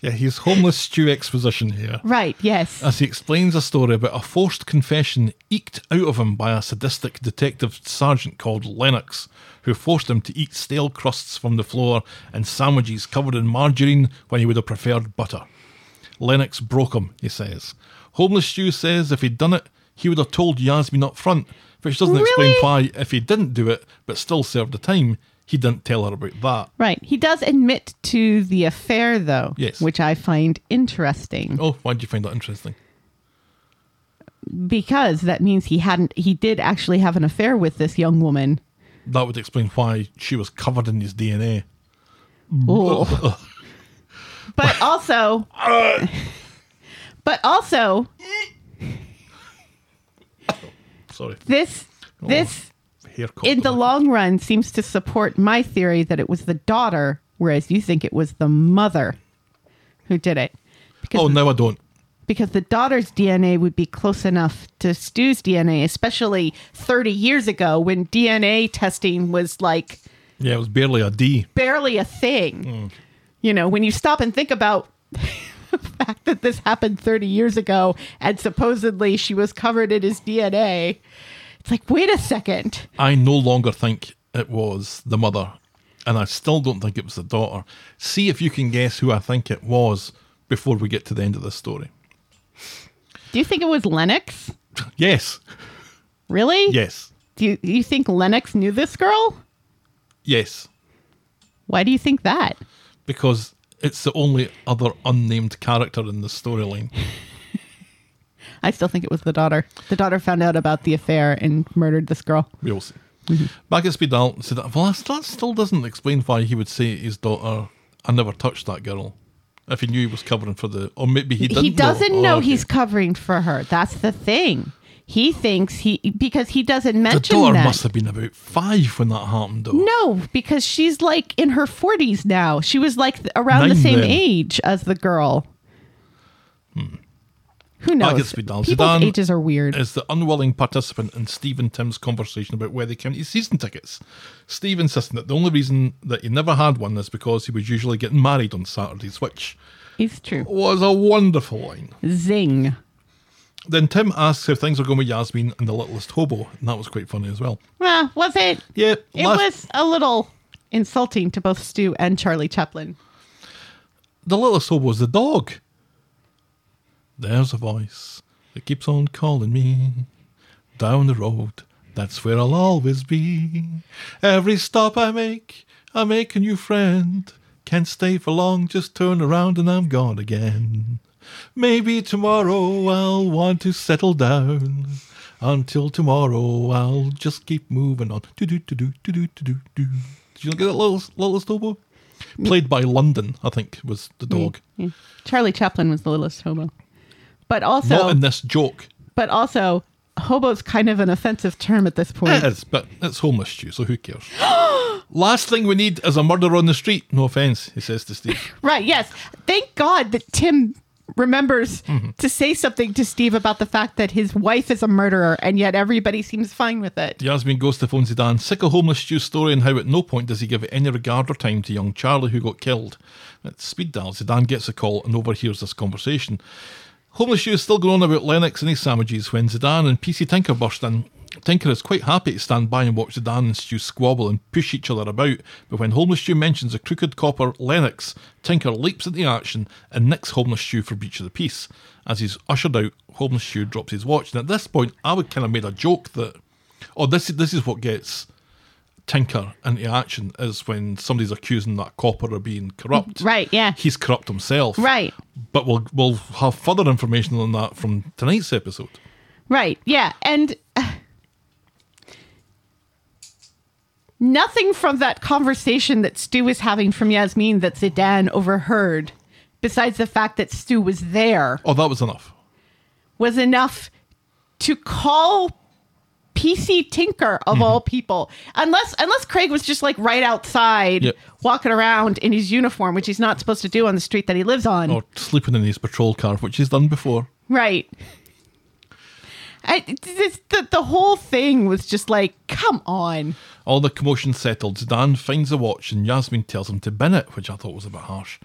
Yeah, he's homeless Stew exposition here. Right? Yes. as he explains a story about a forced confession eked out of him by a sadistic detective sergeant called Lennox, who forced him to eat stale crusts from the floor and sandwiches covered in margarine when he would have preferred butter. Lennox broke him, he says. Homeless Stew says if he'd done it, he would have told Yasmin up front, which doesn't explain Really? why, if he didn't do it but still served the time, he didn't tell her about that. right. He does admit to the affair, though. Yes. Which I find interesting Oh, why'd you find that interesting? because that means he hadn't. He did actually have an affair with this young woman. That would explain why she was covered in his DNA. Ooh. but also, but also, Sorry. this this hair caught in the on it. long run seems to support my theory that it was the daughter, whereas you think it was the mother who did it. Because, Oh, now I don't. because the daughter's DNA would be close enough to Stu's DNA, especially 30 years ago when DNA testing was like Yeah, it was barely a D. barely a thing. Mm. You know, when you stop and think about the fact that this happened 30 years ago and supposedly she was covered in his DNA, it's like, wait a second. I no longer think it was the mother, and I still don't think it was the daughter. See if you can guess who I think it was before we get to the end of this story. Do you think it was Lennox? Yes, Really? yes, Do you, you think Lennox knew this girl? yes, Why do you think that? because it's the only other unnamed character in the storyline. I still think it was the daughter. The daughter found out about the affair and murdered this girl. We all see. Mm-hmm. Back at Speed Dial, said, well, that's- that still doesn't explain why he would say his daughter, I never touched that girl. If he knew he was covering for the, or maybe he didn't. he doesn't Oh, know okay. he's covering for her. That's the thing. He thinks he because he doesn't The mention daughter that. must have been about five when that happened, though. No, because she's like in her 40s now. She was like th- around the Nine same then. Hmm. age as the girl. Who I knows? get speed down. People's Zidane ages are weird. Is the unwilling participant in Steve and Tim's conversation about where they can eat season tickets. Steve insisting that the only reason that he never had one is because he was usually getting married on Saturdays, which it's true. was a wonderful line. Zing. Then Tim asks how things are going with Yasmin and the littlest hobo, and that was quite funny as well. Well, was it? Yeah, It last- was a little insulting to both Stu and Charlie Chaplin. The littlest hobo is the dog. There's a voice that keeps on calling me down the road, That's where I'll always be. Every stop I make, I make a new friend. Can't stay for long, just turn around and I'm gone again. Maybe tomorrow I'll want to settle down. Until tomorrow, I'll just keep moving on. Do do do do do do do do. Did you get that little little snowball? Played by London, I think, was Mm. the dog. Yeah. Charlie Chaplin was the littlest hobo. But also, Not in this joke. but also, hobo's kind of an offensive term at this point. It is, but it's homeless stew, so who cares? Last thing we need is a murder on the street. No offense, he says to Steve. Right. Yes. Thank God that Tim remembers to say something to Steve about the fact that his wife is a murderer, and yet everybody seems fine with it. Yasmin goes to phone Zidane, sick of homeless Stew's story and how at no point does he give any regard or time to young Charlie who got killed. At speed dial, Zidane gets a call and overhears this conversation. Homeless Stew is still going on about Lennox and his sandwiches when Zidane and PC Tinker burst in. Tinker is quite happy to stand by and watch Zidane and Stew squabble and push each other about, but when Homeless Stew mentions a crooked copper Lennox, Tinker leaps at the action and nicks Homeless Stew for breach of the peace. As he's ushered out, Homeless Stew drops his watch, and at this point, I would kind of made a joke that Oh, this is this is what gets Tinker into action is when somebody's accusing that copper of being corrupt. Mm-hmm. Right, yeah. He's corrupt himself. Right. But we'll we'll have further information on that from tonight's episode. Right. Yeah. And uh, nothing from that conversation that Stu was having from Yasmin that Zidane overheard, besides the fact that Stu was there, Oh, that was enough. was enough to call PC Tinker Mm-hmm. of all people. Unless unless Craig was just like right outside Yep. walking around in his uniform, which he's not supposed to do on the street that he lives on. Or sleeping in his patrol car, which he's done before. Right. I, this, the, the whole thing was just like, come on. All the commotion settled, Zidane finds a watch and Yasmin tells him to bin it, which I thought was a bit harsh.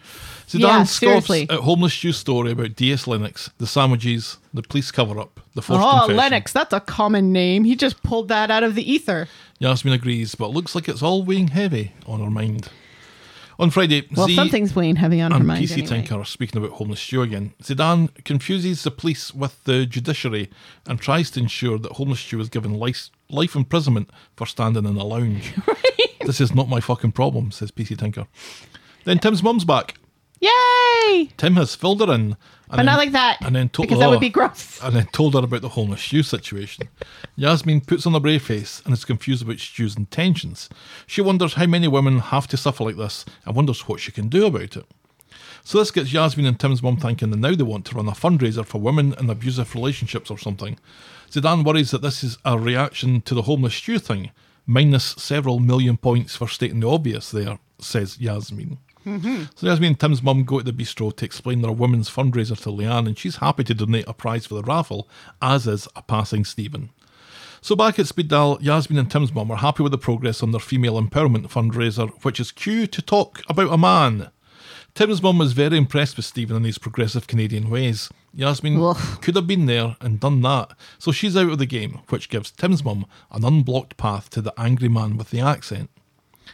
Zidane Yeah, scoffs seriously. at Homeless Jew's story about DS Lennox, the sandwiches, the police cover up, the forced Oh, confession. Lennox, that's a common name. He just pulled that out of the ether. Yasmin agrees, but looks like it's all weighing heavy on her mind. On Friday, Well, Z something's weighing heavy on her and mind. PC anyway. Tinker are speaking about homeless Stew again. Zidane confuses the police with the judiciary and tries to ensure that homeless Stew is given life, life imprisonment for standing in a lounge. This is not my fucking problem, says PC Tinker. Then Tim's mum's back. Yay! Tim has filled her in. And But not like that, And then told because that would Ugh. be gross. And then told her about the homeless Stew situation. Yasmin puts on a brave face and is confused about Stew's intentions. She wonders how many women have to suffer like this and wonders what she can do about it. So this gets Yasmin and Tim's mum thinking that now they want to run a fundraiser for women in abusive relationships or something. Zidane worries that this is a reaction to the homeless Stew thing, minus several million points for stating the obvious there, says Yasmin. So Yasmin and Tim's mum go to the bistro to explain their women's fundraiser to Leanne, and she's happy to donate a prize for the raffle, as is a passing Stephen. So back at Speed Dial, Yasmin and Tim's mum are happy with the progress on their female empowerment fundraiser, which is cue to talk about a man. Tim's mum was very impressed with Stephen and his progressive Canadian ways. Yasmin Woof. could have been there and done that, so she's out of the game, which gives Tim's mum an unblocked path to the angry man with the accent.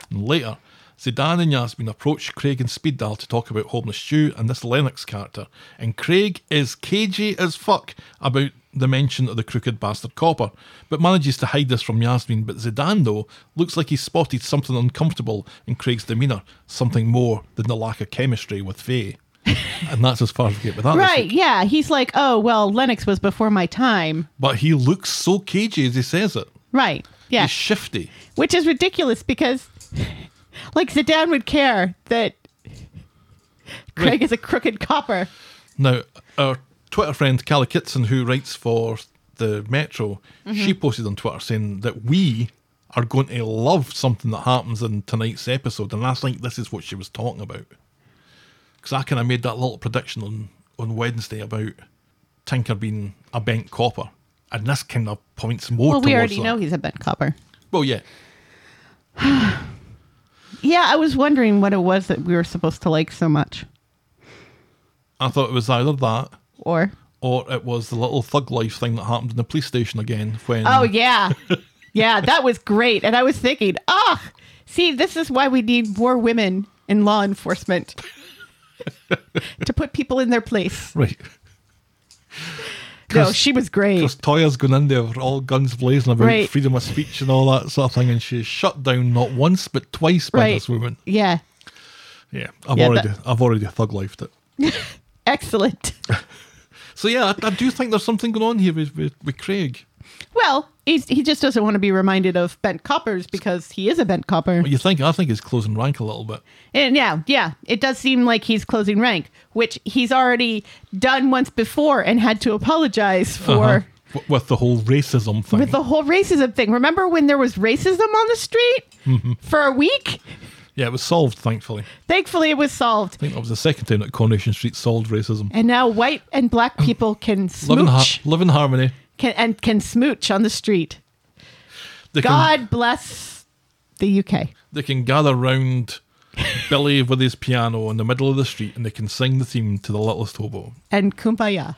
And later, Zidane and Yasmin approach Craig and Speed Dial to talk about Homeless Stew and this Lennox character, and Craig is cagey as fuck about the mention of the crooked bastard copper, but manages to hide this from Yasmin. But Zidane, though, looks like he's spotted something uncomfortable in Craig's demeanour, something more than the lack of chemistry with Faye. and that's as far as we get with that. this Right, week. yeah. He's like, oh, well, Lennox was before my time. But he looks so cagey as he says it. Right, yeah. He's shifty. Which is ridiculous because, like, Zidane would care that Craig Right. is a crooked copper. Now, our Twitter friend Callie Kitson, who writes for the Metro, she Mm-hmm. posted on Twitter saying that we are going to love something that happens in tonight's episode, and I think this is what she was talking about. Because I kind of made that little prediction on, on Wednesday about Tinker being a bent copper, and this kind of points more. Well, we towards already that. know he's a bent copper. Well, yeah, Yeah, I was wondering what it was that we were supposed to like so much. I thought it was either that Or or it was the little thug life thing that happened in the police station again when oh yeah, yeah, that was great. And I was thinking, ah, see, this is why we need more women in law enforcement to put people in their place. Right. No, Cause- she was great. Because Toya's going in there with all guns blazing about Right. freedom of speech and all that sort of thing, and she's shut down not once but twice by Right. this woman. Yeah. Yeah, I've Yeah, already that- I've already thug lifed it. Excellent. So yeah, I, I do think there's something going on here with with, with Craig. Well, he's, he just doesn't want to be reminded of bent coppers because he is a bent copper. What you think? I think it's closing rank a little bit. And yeah, yeah, it does seem like he's closing rank, which he's already done once before and had to apologize for Uh-huh. W- with the whole racism thing. with the whole racism thing. Remember when there was racism on the street Mm-hmm. for a week? yeah, it was solved thankfully. Thankfully, it was solved. I think that was the second time that Coronation Street solved racism. And now white and black Oh, people can Live in, har- smooch live in harmony. can, and can smooch on the street. They can- God bless the UK. they can gather round Billy with his piano in the middle of the street and they can sing the theme to the littlest hobo. and kumbaya.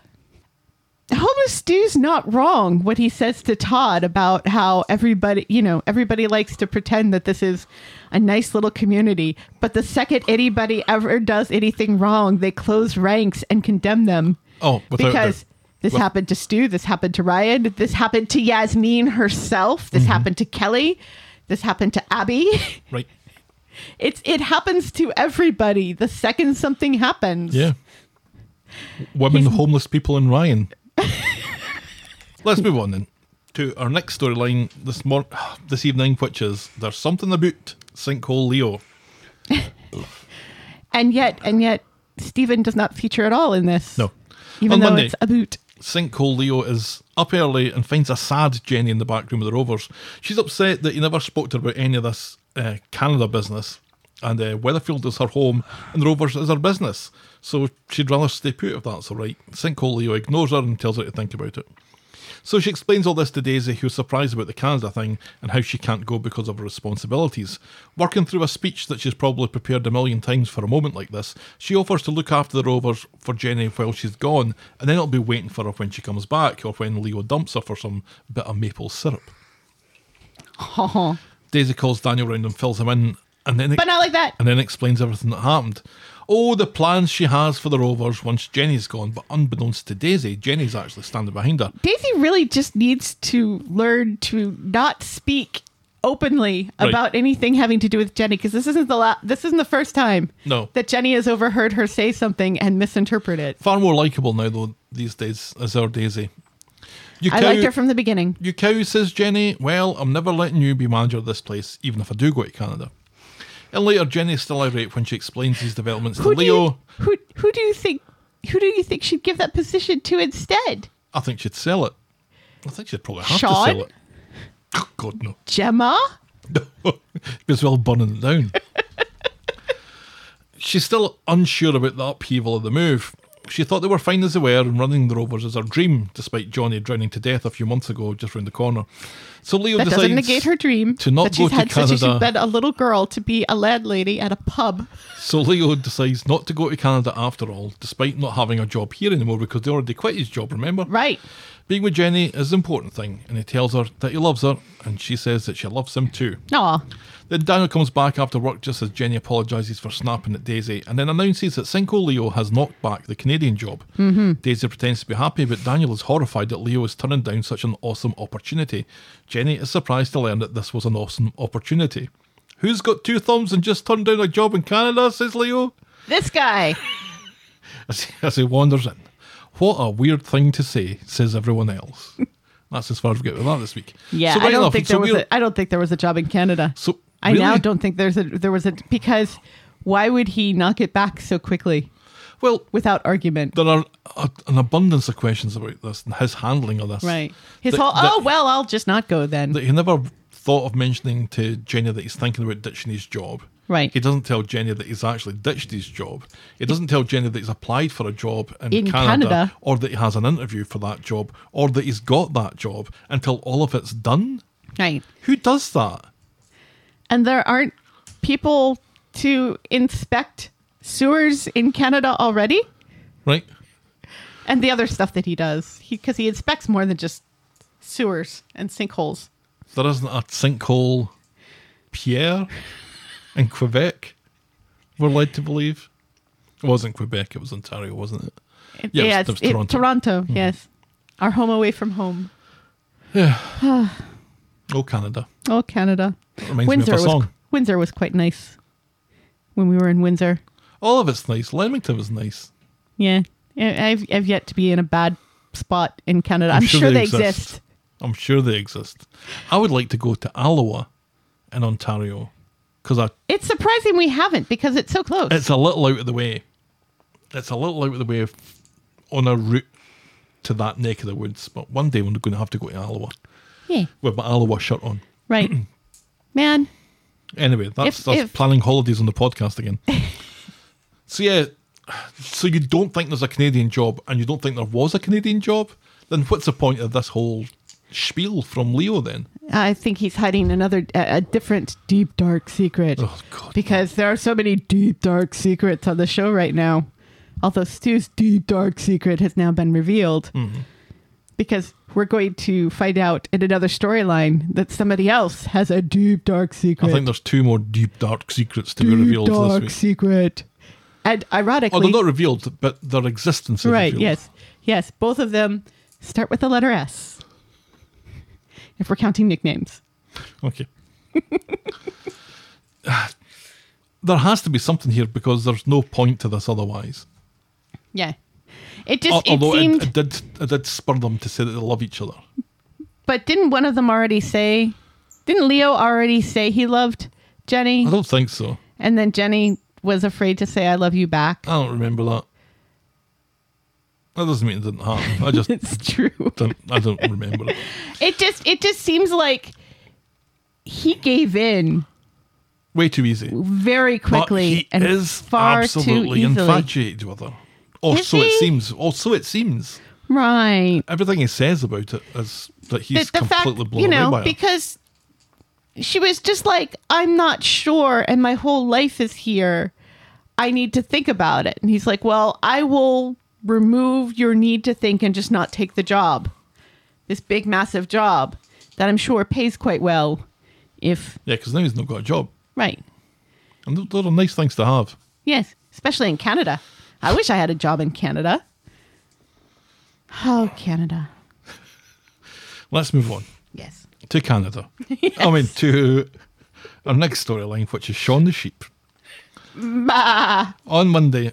Homo Stew's not wrong what he says to Todd about how everybody, you know, everybody likes to pretend that this is a nice little community, but the second anybody ever does anything wrong, they close ranks and condemn them. Oh, without because doubt. this Well- happened to Stu, this happened to Ryan, this happened to Yasmin herself, this Mm-hmm. happened to Kelly, this happened to Abby. Right. it's it happens to everybody the second something happens. Yeah. Women, homeless people, and Ryan. Let's move on then to our next storyline this mor- this evening, which is there's something about sinkhole Leo. and yet and yet Stephen does not feature at all in this. No. even On though Monday- it's a boot. Sinkhole Leo is up early and finds a sad Jenny in the back room of the Rovers. She's upset that he never spoke to her about any of this uh, Canada business, and uh, Weatherfield is her home and the Rovers is her business. So she'd rather stay put if that's all right. Sinkhole Leo ignores her and tells her to think about it. So she explains all this to Daisy, who's surprised about the Canada thing and how she can't go because of her responsibilities. Working through a speech that she's probably prepared a million times for a moment like this, she offers to look after the Rovers for Jenny while she's gone, and then it'll be waiting for her when she comes back or when Leo dumps her for some bit of maple syrup. Daisy calls Daniel round and fills him in, and then But not like that. and then explains everything that happened. Oh, the plans she has for the Rovers once Jenny's gone, but unbeknownst to Daisy, Jenny's actually standing behind her. Daisy really just needs to learn to not speak openly Right. about anything having to do with Jenny because this isn't the la- this isn't the first time No. that Jenny has overheard her say something and misinterpret it. Far more likable now, though, these days, as our Daisy. You I cow- liked her from the beginning. You cow, says Jenny. Well, I'm never letting you be manager of this place, even if I do go to Canada. And later, Jenny is still irate when she explains these developments to Who do Leo. you, who who do you think who do you think should give that position to instead? I think she'd sell it. I think she'd probably have Sean? to sell it. Oh, God, no. Gemma? Be as well burning it down. She's still unsure about the upheaval of the move. She thought they were fine as they were, and running the Rovers is her dream, despite Johnny drowning to death a few months ago just round the corner. So Leo That decides doesn't negate her dream to not that go she's to had Canada. since she's been a little girl to be a landlady at a pub. So Leo decides not to go to Canada after all, despite not having a job here anymore because they already quit his job, remember? Right. Being with Jenny is the important thing, and he tells her that he loves her, and she says that she loves him too. Aw. Then Daniel comes back after work just as Jenny apologises for snapping at Daisy and then announces that Cinco Leo has knocked back the Canadian job. Mm-hmm. Daisy pretends to be happy, but Daniel is horrified that Leo is turning down such an awesome opportunity. Jenny is surprised to learn that this was an awesome opportunity. Who's got two thumbs and just turned down a job in Canada, says Leo, This guy. as he, as he wanders in. What a weird thing to say, says everyone else. That's as far as we get with that this week. Yeah, So I right don't enough, think so there was we're- a, I don't think there was a job in Canada. So, I now really? don't think there's a there was a because why would he knock it back so quickly Well, without argument? there are a, an abundance of questions about this and his handling of this. right. His That- whole that- oh well, I'll just not go then. That he never thought of mentioning to Jenny that he's thinking about ditching his job. Right. He doesn't tell Jenny that he's actually ditched his job. He doesn't tell Jenny that he's applied for a job in, In Canada. or that he has an interview for that job, or that he's got that job until all of it's done. right. Who does that? And there aren't people to inspect sewers in Canada already Right? and the other stuff that he does. He cuz he inspects more than just sewers and sinkholes. There isn't a sinkhole Pierre in Quebec, we're led to believe. It wasn't Quebec, it was Ontario, wasn't it? It- Yeah, it was- yeah, it it's, was it- Toronto. Mm-hmm. Toronto. yes. Our home away from home. Oh, Canada. Oh, Canada. That reminds Windsor me of a song. was Windsor was quite nice when we were in Windsor. All of it's nice. Leamington was nice. Yeah, I- I've I've yet to be in a bad spot in Canada. I'm, sure, they, exist. I'm sure they exist. I would like to go to Alloa in Ontario because I It's surprising we haven't because it's so close. it's a little out of the way. It's a little out of the way of, on a route to that neck of the woods. But one day we're going to have to go to Alloa yeah, with my Alloa shirt on. right, man. Anyway, that's, If- that's if- planning holidays on the podcast again. so yeah, so you don't think there's a Canadian job, and you don't think there was a Canadian job, then what's the point of this whole spiel from Leo then? I think he's hiding another a, a different deep dark secret. Oh God, because there are so many deep dark secrets on the show right now. Although Stu's deep dark secret has now been revealed, Mm-hmm. because we're going to find out in another storyline that somebody else has a deep dark secret. I think there's two more deep dark secrets to be deep revealed dark this week. secret, and ironically, Oh, they're not revealed, but their existence is right? revealed. Yes, yes. Both of them start with the letter S. If we're counting nicknames, Okay. there has to be something here because there's no point to this otherwise. yeah. It Al- just Although it it, seemed, it did, it did spur them to say that they love each other. but didn't one of them already say? Didn't Leo already say he loved Jenny? I don't think so. And then Jenny was afraid to say "I love you" back. I don't remember that. That doesn't mean it didn't happen. I just It's true. don't. I don't remember it. It just it just seems like he gave in Way too easy. very quickly but he and is far absolutely too easily. infatuated with her. Or Is so it he? seems. Or so it seems. Right. Everything he says about it is that he's the, the fact completely blown you know away by it. because she was just like i'm not sure and my whole life is here i need to think about it and he's like well i will remove your need to think and just not take the job this big massive job that i'm sure pays quite well if Yeah, because now he's not got a job. right And th- those are nice things to have. yes especially in canada i wish i had a job in canada oh canada Let's move on yes to Canada. I mean, to our next storyline, which is Sean the Sheep. On Monday,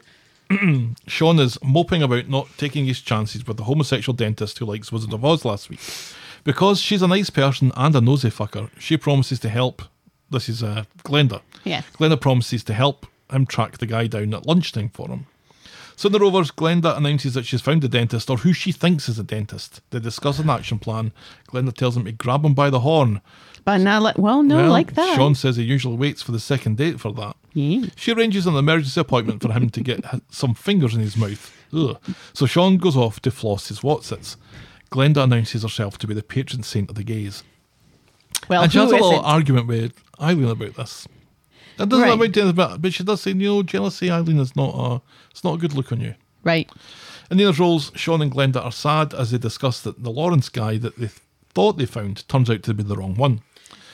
Sean is moping about not taking his chances with the homosexual dentist who likes Wizard of Oz last week. Because she's a nice person and a nosy fucker, she promises to help. This is uh, Glenda. Yes. Glenda promises to help him track the guy down at lunchtime for him. So in the Rovers, Glenda announces that she's found a dentist, or who she thinks is a dentist. They discuss an action plan. Glenda tells him to grab him by the horn. but not like well no Well, like that Sean says he usually waits for the second date for that. Yeah. She arranges an emergency appointment for him to get h- some fingers in his mouth. Ugh. So Sean goes off to floss his Watsits. Glenda announces herself to be the patron saint of the gays. well and she who has a little isn't? argument with Eileen about this. That doesn't Right. amount to anything, but- but she does say, "No, jealousy, Eileen, is not a, it's not a good look on you." Right. In the other roles, Sean and Glenda are sad as they discuss that the Lawrence guy that they thought they found turns out to be the wrong one.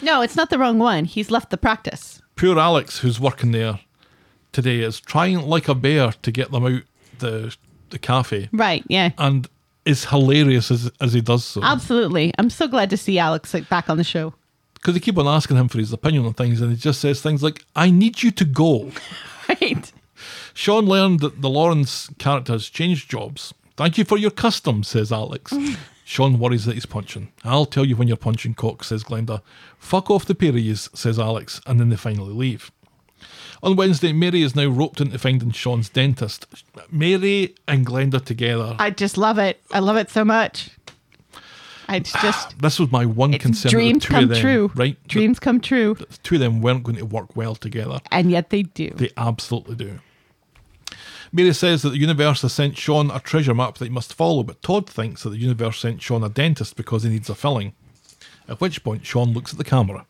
No, it's not the wrong one. He's left the practice. poor Alex, who's working there today, is trying like a bear to get them out the the cafe, Right. Yeah. and is hilarious as as he does so Absolutely. I'm so glad to see Alex like back on the show. because they keep on asking him for his opinion on things, and he just says things like, "I need you to go." Right. Sean learned that the Lawrence character has changed jobs. Thank you for your custom, says Alex. Sean worries that he's punching. I'll tell you when you're punching, cock, says Glenda. Fuck off the pair of yous, says Alex, and then they finally leave. On Wednesday, Mary is now roped into finding Sean's dentist. Mary and Glenda together. I just love it. I love it so much. I it's just this was my one concern. of Ah. the dreams two come of them, true. Right? The- Dreams come true. The two of them weren't going to work well together. And yet they do. They absolutely do. Mary says that the universe has sent Sean a treasure map that he must follow, but Todd thinks that the universe sent Sean a dentist because he needs a filling. At which point, Sean looks at the camera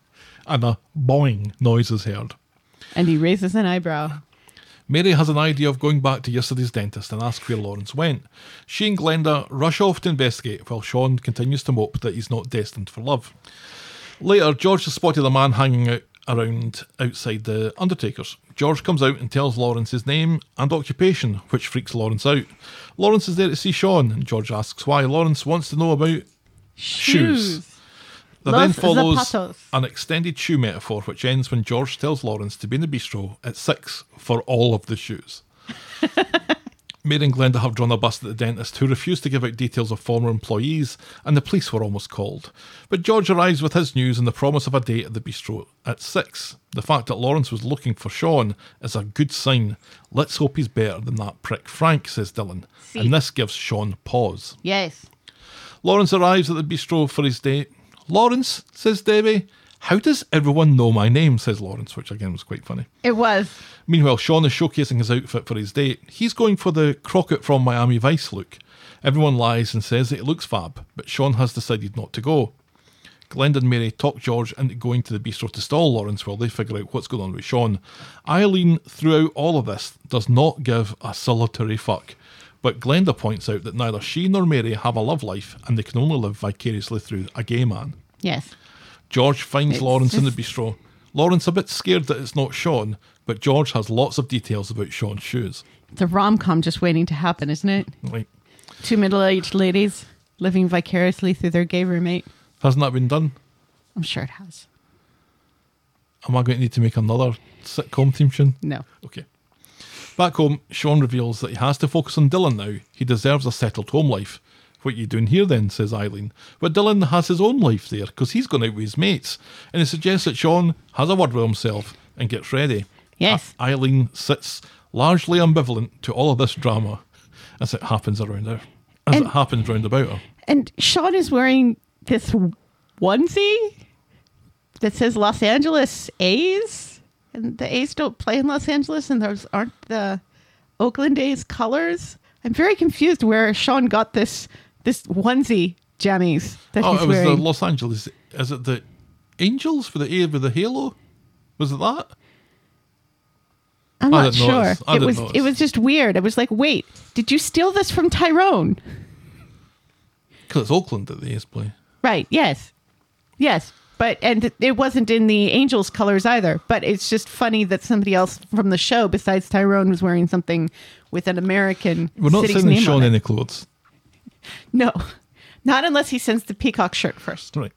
and a boing noise is heard. and he raises an eyebrow. Mary has an idea of going back to yesterday's dentist and asks where Lawrence went. She and Glenda rush off to investigate while Sean continues to mope that he's not destined for love. Later, George has spotted a man hanging out around outside the Undertaker's. George comes out and tells Lawrence his name and occupation, which freaks Lawrence out. Lawrence is there to see Sean, and George asks why. Lawrence wants to know about shoes. There then Los follows zapatos. an extended shoe metaphor, which ends when George tells Lawrence to be in the bistro at six for all of the shoes. Mary and Glenda have drawn a bust at the dentist who refused to give out details of former employees, and the police were almost called. But George arrives with his news and the promise of a date at the bistro at six. The fact that Lawrence was looking for Sean is a good sign. Let's hope he's better than that prick Frank, says Dylan. And this gives Sean pause. Yes. Lawrence arrives at the bistro for his date. Lawrence, says Debbie. How does everyone know my name? says Lawrence, which again was quite funny. It was. Meanwhile, Sean is showcasing his outfit for his date. He's going for the Crockett from Miami Vice look. Everyone lies and says that it looks fab, but Sean has decided not to go. Glenda and Mary talk George into going to the bistro to stall Lawrence while they figure out what's going on with Sean. Eileen, throughout all of this, does not give a solitary fuck. But Glenda points out that neither she nor Mary have a love life and they can only live vicariously through a gay man. Yes. George finds It's Lawrence in the just- bistro. Lawrence a bit scared that it's not Sean, but George has lots of details about Sean's shoes. It's a rom com just waiting to happen, isn't it? Like, Two middle aged ladies living vicariously through their gay roommate. hasn't that been done? I'm sure it has. Am I going to need to make another sitcom theme tune? No. Okay. Back home, Sean reveals that he has to focus on Dylan now. He deserves a settled home life. What you doing here then? says Eileen. But Dylan has his own life there because he's gone out with his mates, and he suggests that Sean has a word with himself and gets ready. Yes. A- Eileen sits largely ambivalent to all of this drama as it happens around her, as And- it happens round about her. And Sean is wearing this onesie that says Los Angeles A's. And the A's don't play in Los Angeles, and those aren't the Oakland A's colors. I'm very confused where Sean got this this onesie jammies that Oh, he's it was wearing. the Los Angeles. Is it the Angels with the A with the halo? Was it that? I'm I not didn't sure. notice. I It didn't was notice. it was just weird. I was like, wait, did you steal this from Tyrone? Because it's Oakland that the A's play. Right. Yes. Yes. But and it wasn't in the Angels colors either. But it's just funny that somebody else from the show besides Tyrone was wearing something with an American We're not city's sending name on Sean it. any clothes. No. Not unless he sends the peacock shirt first. Right.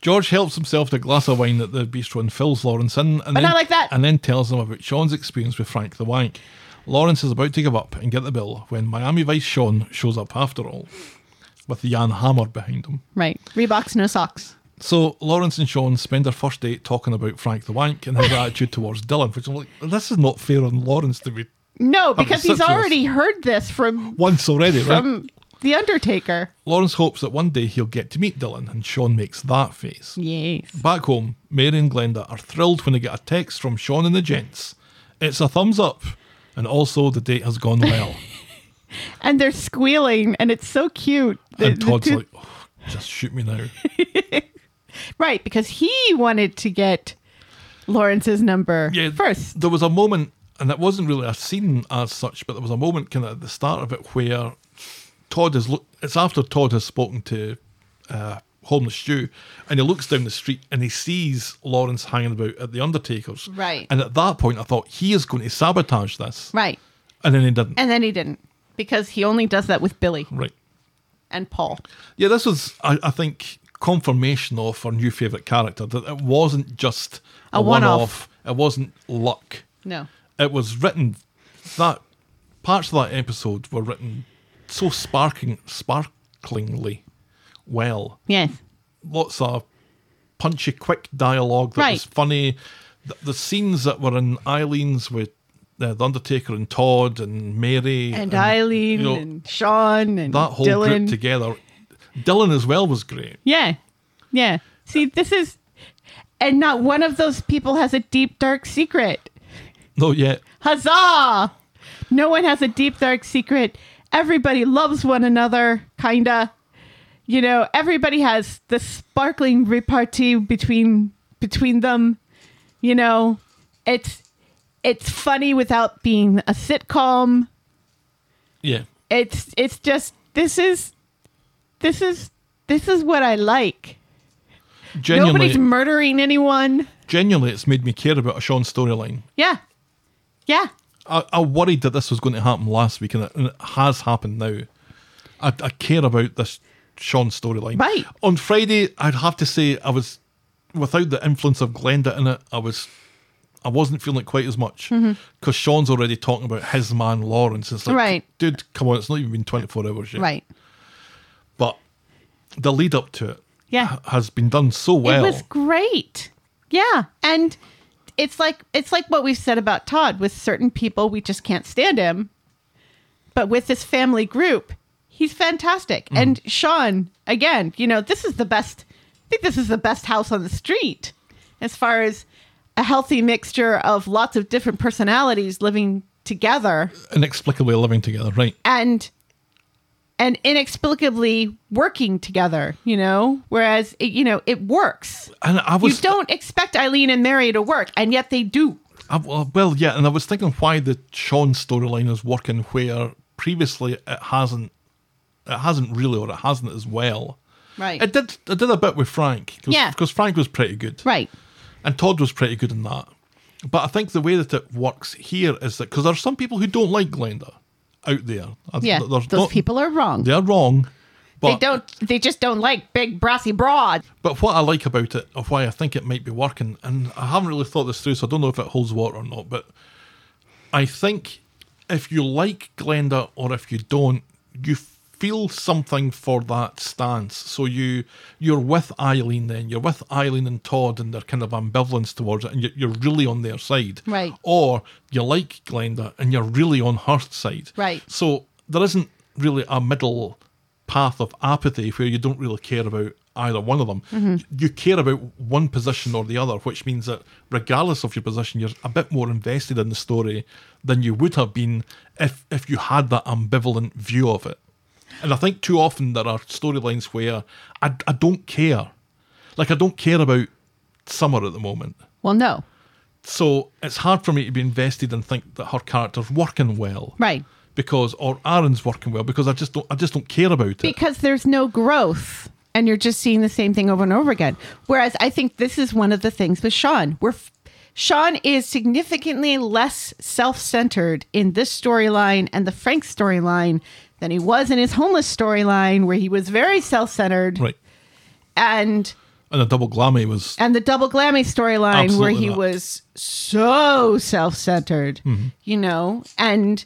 George helps himself to a glass of wine at the bistro and fills Lawrence in, and But then, not like that. and then tells him about Sean's experience with Frank the Wank. Lawrence is about to give up and get the bill when Miami Vice Sean shows up after all, with Jan Hammer behind him. Right. Reeboks, no socks. So Lawrence and Sean spend their first date talking about Frank the Wank and his attitude towards Dylan, which I'm like, this is not fair on Lawrence to be No, Having sex because he's with us. already heard this from once already, right? from the Undertaker. Lawrence hopes that one day he'll get to meet Dylan, and Sean makes that face. Yes. Back home, Mary and Glenda are thrilled when they get a text from Sean and the gents. It's a thumbs up, and also the date has gone well. And they're squealing and it's so cute. The- and the Todd's two- like, oh, just shoot me now. Right, because he wanted to get Lawrence's number Yeah, first. There was a moment, and it wasn't really a scene as such, but there was a moment kind of at the start of it where Todd is look. It's after Todd has spoken to uh, homeless Stew, and he looks down the street and he sees Lawrence hanging about at the Undertaker's. Right. And at that point, I thought he is going to sabotage this, Right. and then he didn't. And then he didn't because he only does that with Billy right. and Paul. Yeah, this was, I, I think, confirmation of her new favourite character that it wasn't just A one-off. one-off. It wasn't luck. No. It was written that parts of that episode were written so sparking, sparklingly well. Yes. Lots of punchy, quick dialogue that Right. was funny. The, the scenes that were in Eileen's with uh, the Undertaker and Todd and Mary And you Eileen know, and Sean and that whole Dylan. group together. Dylan as well was great. Yeah. Yeah. See, this is and not one of those people has a deep dark secret. No, yeah. Huzzah! No one has a deep dark secret. Everybody loves one another, kinda. You know, everybody has the sparkling repartee between between them. You know, it's it's funny without being a sitcom. Yeah. It's it's just this is this is this is what I like. genuinely, Nobody's murdering anyone. genuinely, it's made me care about a Sean storyline. Yeah. Yeah. I, I worried that this was going to happen last week, and it, and it has happened now. I, I care about this Sean storyline. Right. On Friday, I'd have to say I was, without the influence of Glenda in it, I was, I wasn't feeling it quite as much Mm-hmm. because Sean's already talking about his man Lawrence. It's like, Right. dude, come on, it's not even been twenty four hours yet. Right. But the lead up to it, Yeah. ha- has been done so well. It was great. Yeah. And it's like it's like what we've said about Todd with certain people we just can't stand him. But with this family group, he's fantastic. And Sean, again, you know, this is the best I think this is the best house on the street as far as a healthy mixture of lots of different personalities living together Inexplicably living together, right? and and inexplicably working together, you know? Whereas it, you know, it works And I you was don't expect Eileen and Mary to work, and yet they do. I, well, well, yeah, and I was thinking why the Sean storyline is working where previously it hasn't, it hasn't really, or it hasn't as well. Right. It did, it did a bit with Frank, cause, Yeah. because Frank was pretty good, right. and Todd was pretty good in that. But I think the way that it works here is that because there are some people who don't like Glenda out there. I- Yeah. there's Those not- people are wrong. They are wrong. But they don't. They just don't like big brassy broad. But what I like about it, of why I think it might be working, and I haven't really thought this through, so I don't know if it holds water or not, but I think if you like Glenda or if you don't, you feel something for that stance. So you you're with Eileen then, you're with Eileen and Todd and their kind of ambivalence towards it, and you- you're really on their side. Right. Or you like Glenda and you're really on her side. Right. So there isn't really a middle path of apathy where you don't really care about either one of them. Mm-hmm. You care about one position or the other, which means that regardless of your position, you're a bit more invested in the story than you would have been if if you had that ambivalent view of it. And I think too often there are storylines where I, I don't care. Like I don't care about Summer at the moment. Well, no. So it's hard for me to be invested and think that her character's working well Right. because or Aaron's working well because I just don't I just don't care about it. Because there's no growth, and you're just seeing the same thing over and over again. Whereas I think this is one of the things with Sean. We're f- Sean is significantly less self-centered in this storyline and the Frank storyline than he was in his homeless storyline, where he was very self-centered Right. and. And a double glammy was and the double glammy storyline where Absolutely he not. Mm-hmm. was so self-centered you know and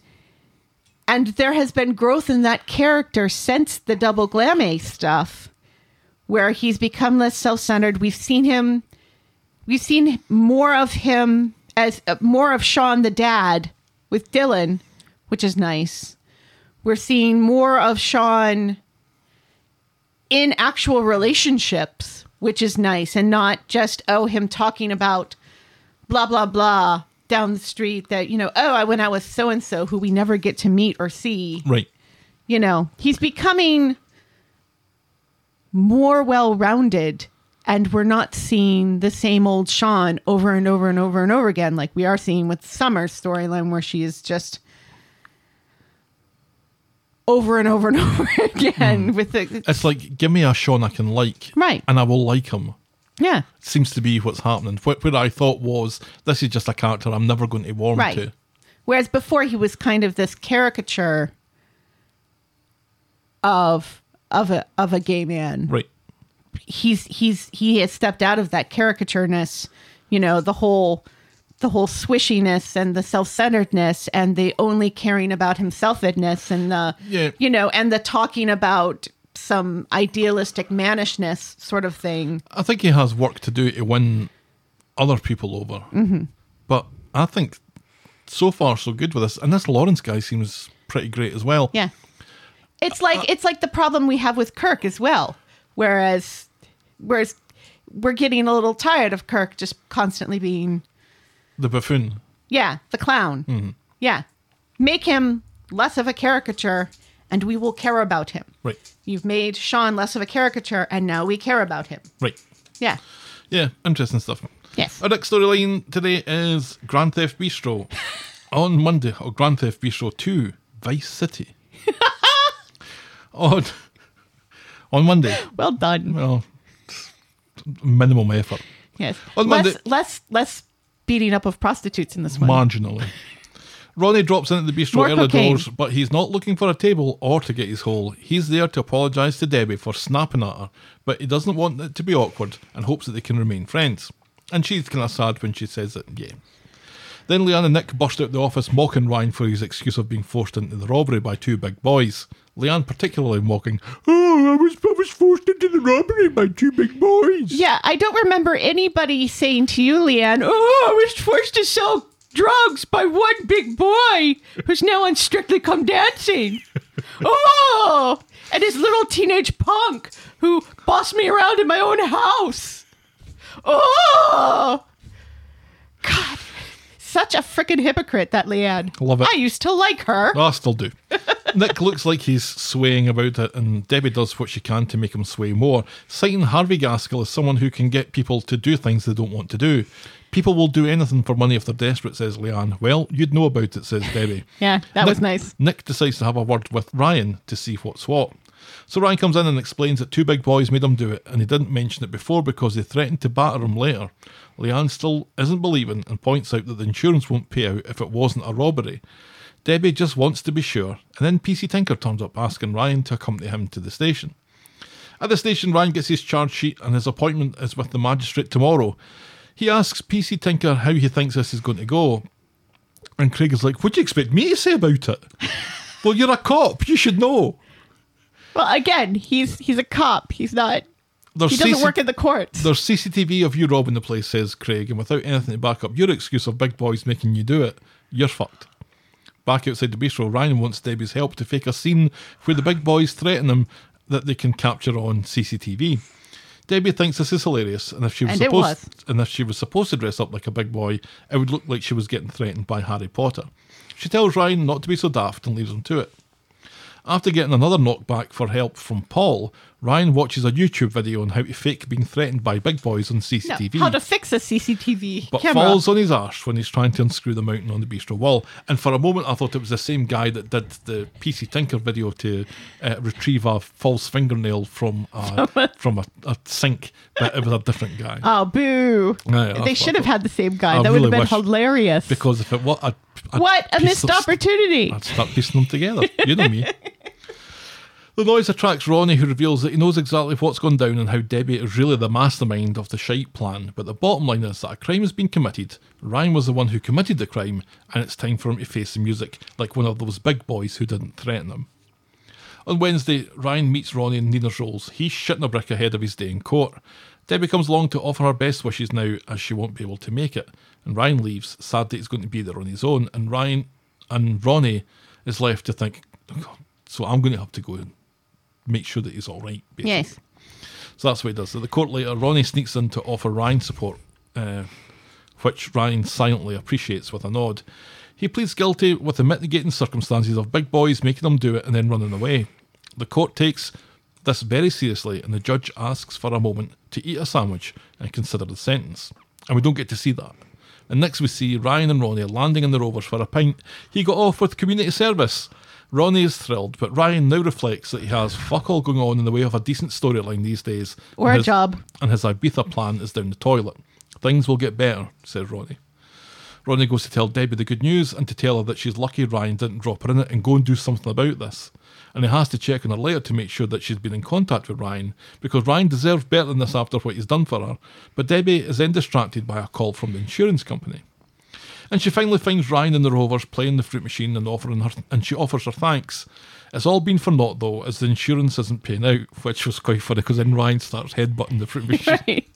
and there has been growth in that character since the double glammy stuff where he's become less self-centered we've seen him we've seen more of him as uh, more of sean the dad with dylan which is nice we're seeing more of sean in actual relationships, which is nice, and not just oh him talking about blah blah blah down the street that you know oh I went out with so and so who we never get to meet or see. right. You know he's becoming more well rounded, and we're not seeing the same old Sean over and over and over and over again like we are seeing with Summer's storyline where she is just. Over and over and over again with the It's like give me a Sean I can like, Right. And I will like him. yeah Seems to be what's happening. What, what I thought was this is just a character I'm never going to warm Right. to. Whereas before he was kind of this caricature of of a of a gay man. Right. He's he's he has stepped out of that caricatureness, you know, the whole the whole swishiness and the self-centeredness and the only caring about himselfedness and the Yeah. you know and the talking about some idealistic mannishness sort of thing. I think he has work to do to win other people over. Mm-hmm. But I think so far so good with this, and this Lawrence guy seems pretty great as well. Yeah. It's like it's like the problem we have with Kirk as well. Whereas whereas we're getting a little tired of Kirk just constantly being The buffoon. yeah, the clown. Yeah. Make him less of a caricature and we will care about him. Right. You've made Sean less of a caricature and now we care about him. Right. Yeah. Yeah, interesting stuff. Yes. Our next storyline today is Grand Theft Bistro. On Monday, or Grand Theft Bistro 2, Vice City. on, on Monday. Well done. Well, minimum effort, Yes. On less, Monday- less, less beating up of prostitutes in this one. marginally. Ronnie drops in at the bistro More early cocaine. doors, but he's not looking for a table or to get his hole. He's there to apologise to Debbie for snapping at her, but he doesn't want it to be awkward and hopes that they can remain friends. And she's kind of sad when she says that, yeah. Then Leanne and Nick burst out the office mocking Ryan for his excuse of being forced into the robbery by two big boys. Leanne particularly mocking, Oh, I was, I was forced into the robbery by two big boys. Yeah, I don't remember anybody saying to you, Leanne, oh, I was forced to sell drugs by one big boy who's now on Strictly Come Dancing. oh, and his little teenage punk who bossed me around in my own house. Oh, God, such a freaking hypocrite, that Leanne. Love it. I used to like her. I still do. Nick looks like he's swaying about it, and Debbie does what she can to make him sway more, citing Harvey Gaskell as someone who can get people to do things they don't want to do. People will do anything for money if they're desperate, says Leanne. Well, you'd know about it, says Debbie. Yeah, that Nick- was nice. Nick decides to have a word with Ryan to see what's what. So Ryan comes in and explains that two big boys made him do it, and he didn't mention it before because they threatened to batter him later. Leanne still isn't believing and points out that the insurance won't pay out if it wasn't a robbery. Debbie just wants to be sure, and then PC Tinker turns up asking Ryan to accompany him to the station. At the station, Ryan gets his charge sheet and his appointment is with the magistrate tomorrow. He asks PC Tinker how he thinks this is going to go, and Craig is like, What do you expect me to say about it? well, you're a cop, you should know. Well, again, he's he's a cop. He's not. There's He doesn't CC work in the courts. There's CCTV of you robbing the place, says Craig, and without anything to back up your excuse of big boys making you do it, you're fucked. Back outside the bistro, Ryan wants Debbie's help to fake a scene where the big boys threaten him that they can capture on CCTV. Debbie thinks this is hilarious, and if she was And it supposed was. and if she was supposed to dress up like a big boy, it would look like she was getting threatened by Harry Potter. She tells Ryan not to be so daft and leaves him to it. After getting another knockback for help from Paul, Ryan watches a YouTube video on how to fake being threatened by big boys on No, CCTV. how to fix a CCTV but camera. falls on his arse when he's trying to unscrew the mountain on the bistro wall. And for a moment, I thought it was the same guy that did the PC Tinker video to uh, retrieve a false fingernail from a, from a, a sink, but it was a different guy. Oh, boo. Yeah, yeah, they that's should what I have had the same guy. I that would really have been wish- hilarious. because if it was a, what a missed opportunity. I'd start piecing them together. You know me. The noise attracts Ronnie, who reveals that he knows exactly what's gone down and how Debbie is really the mastermind of the shite plan. But the bottom line is that a crime has been committed. Ryan was the one who committed the crime, and it's time for him to face the music like one of those big boys who didn't threaten him. On Wednesday, Ryan meets Ronnie in Nina's roles. He's shitting a brick ahead of his day in court. Debbie comes along to offer her best wishes now, as she won't be able to make it. And Ryan leaves, sad that he's going to be there on his own. And Ryan and Ronnie is left to think, "Oh, God, so I'm going to have to go and make sure that he's all right. Basically. Yes. So that's what he does. At the court later, Ronnie sneaks in to offer Ryan support, uh, which Ryan silently appreciates with a nod. He pleads guilty with the mitigating circumstances of big boys making him do it and then running away. The court takes this very seriously, and the judge asks for a moment to eat a sandwich and consider the sentence. And we don't get to see that. And next we see Ryan and Ronnie landing in the Rovers for a pint. He got off with community service. Ronnie is thrilled, but Ryan now reflects that he has fuck all going on in the way of a decent storyline these days. Or and a his- job. And his Ibiza plan is down the toilet. Things will get better, says Ronnie. Ronnie goes to tell Debbie the good news and to tell her that she's lucky Ryan didn't drop her in it and go and do something about this. And he has to check on her later to make sure that she's been in contact with Ryan because Ryan deserves better than this after what he's done for her. But Debbie is then distracted by a call from the insurance company. And she finally finds Ryan and the Rovers playing the fruit machine and offering her, and she offers her thanks. It's all been for naught though, as the insurance isn't paying out, which was quite funny because then Ryan starts headbutting the fruit machine, Right.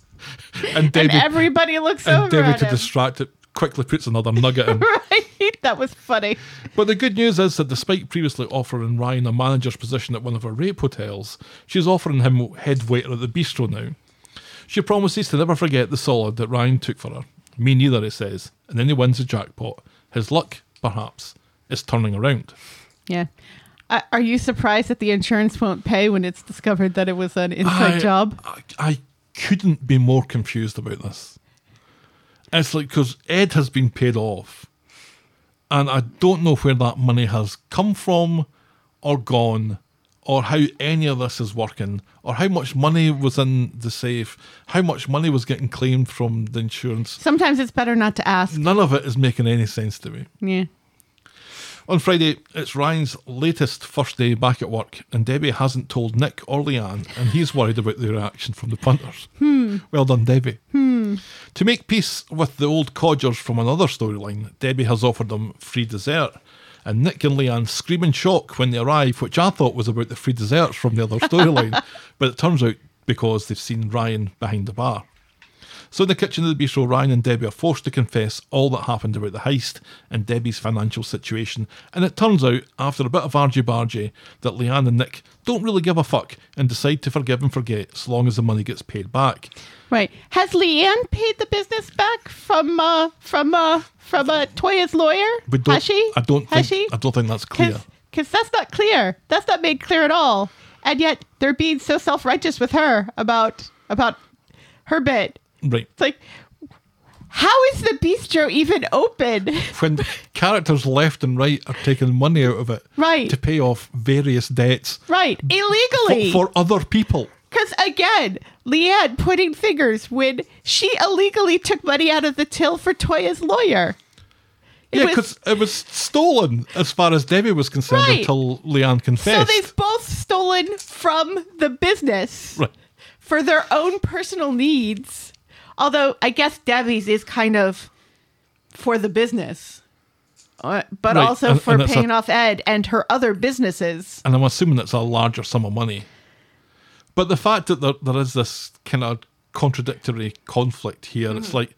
and And Debbie everybody looks and over Debbie at to him. distract it quickly puts another nugget in. right. That was funny. But the good news is that despite previously offering Ryan a manager's position at one of her rape hotels, she's offering him head waiter at the bistro now. She promises to never forget the solid that Ryan took for her. Me neither, he says, and then he wins the jackpot. His luck, perhaps, is turning around. Yeah. I- Are you surprised that the insurance won't pay when it's discovered that it was an inside I- job? I, I couldn't be more confused about this. It's like because Ed has been paid off, and I don't know where that money has come from, or gone, or how any of this is working, or how much money was in the safe, how much money was getting claimed from the insurance. Sometimes it's better not to ask. None of it is making any sense to me. Yeah. On Friday, it's Ryan's latest first day back at work, and Debbie hasn't told Nick or Leanne, and he's worried about the reaction from the punters. Well done, Debbie. To make peace with the old codgers from another storyline, Debbie has offered them free dessert, and Nick and Leanne scream in shock when they arrive, which I thought was about the free desserts from the other storyline, but it turns out because they've seen Ryan behind the bar. So in the kitchen of the bistro, Ryan and Debbie are forced to confess all that happened about the heist and Debbie's financial situation. And it turns out, after a bit of argy bargy, that Leanne and Nick don't really give a fuck and decide to forgive and forget as long as the money gets paid back. Right. Has Leanne paid the business back from uh from uh from uh, Toya's lawyer? We don't, Has she? I don't Has think she? I don't think that's clear. Because that's not clear. That's not made clear at all. And yet they're being so self righteous with her about about her bit. Right. It's like how is the bistro even open? When characters left and right are taking money out of it Right. to pay off various debts Right. for, Illegally. for other people. Because again, Leanne pointing fingers when she illegally took money out of the till for Toya's lawyer. It Yeah, was- because it was stolen as far as Debbie was concerned Right. until Leanne so confessed. they've both stolen from the business Right. for their own personal needs. Although I guess Debbie's is kind of for the business, Uh, but Right, also and- for and it's a- paying off Ed and her other businesses. and I'm assuming it's a larger sum of money. But the fact that there, there is this kind of contradictory conflict here, Mm. it's like,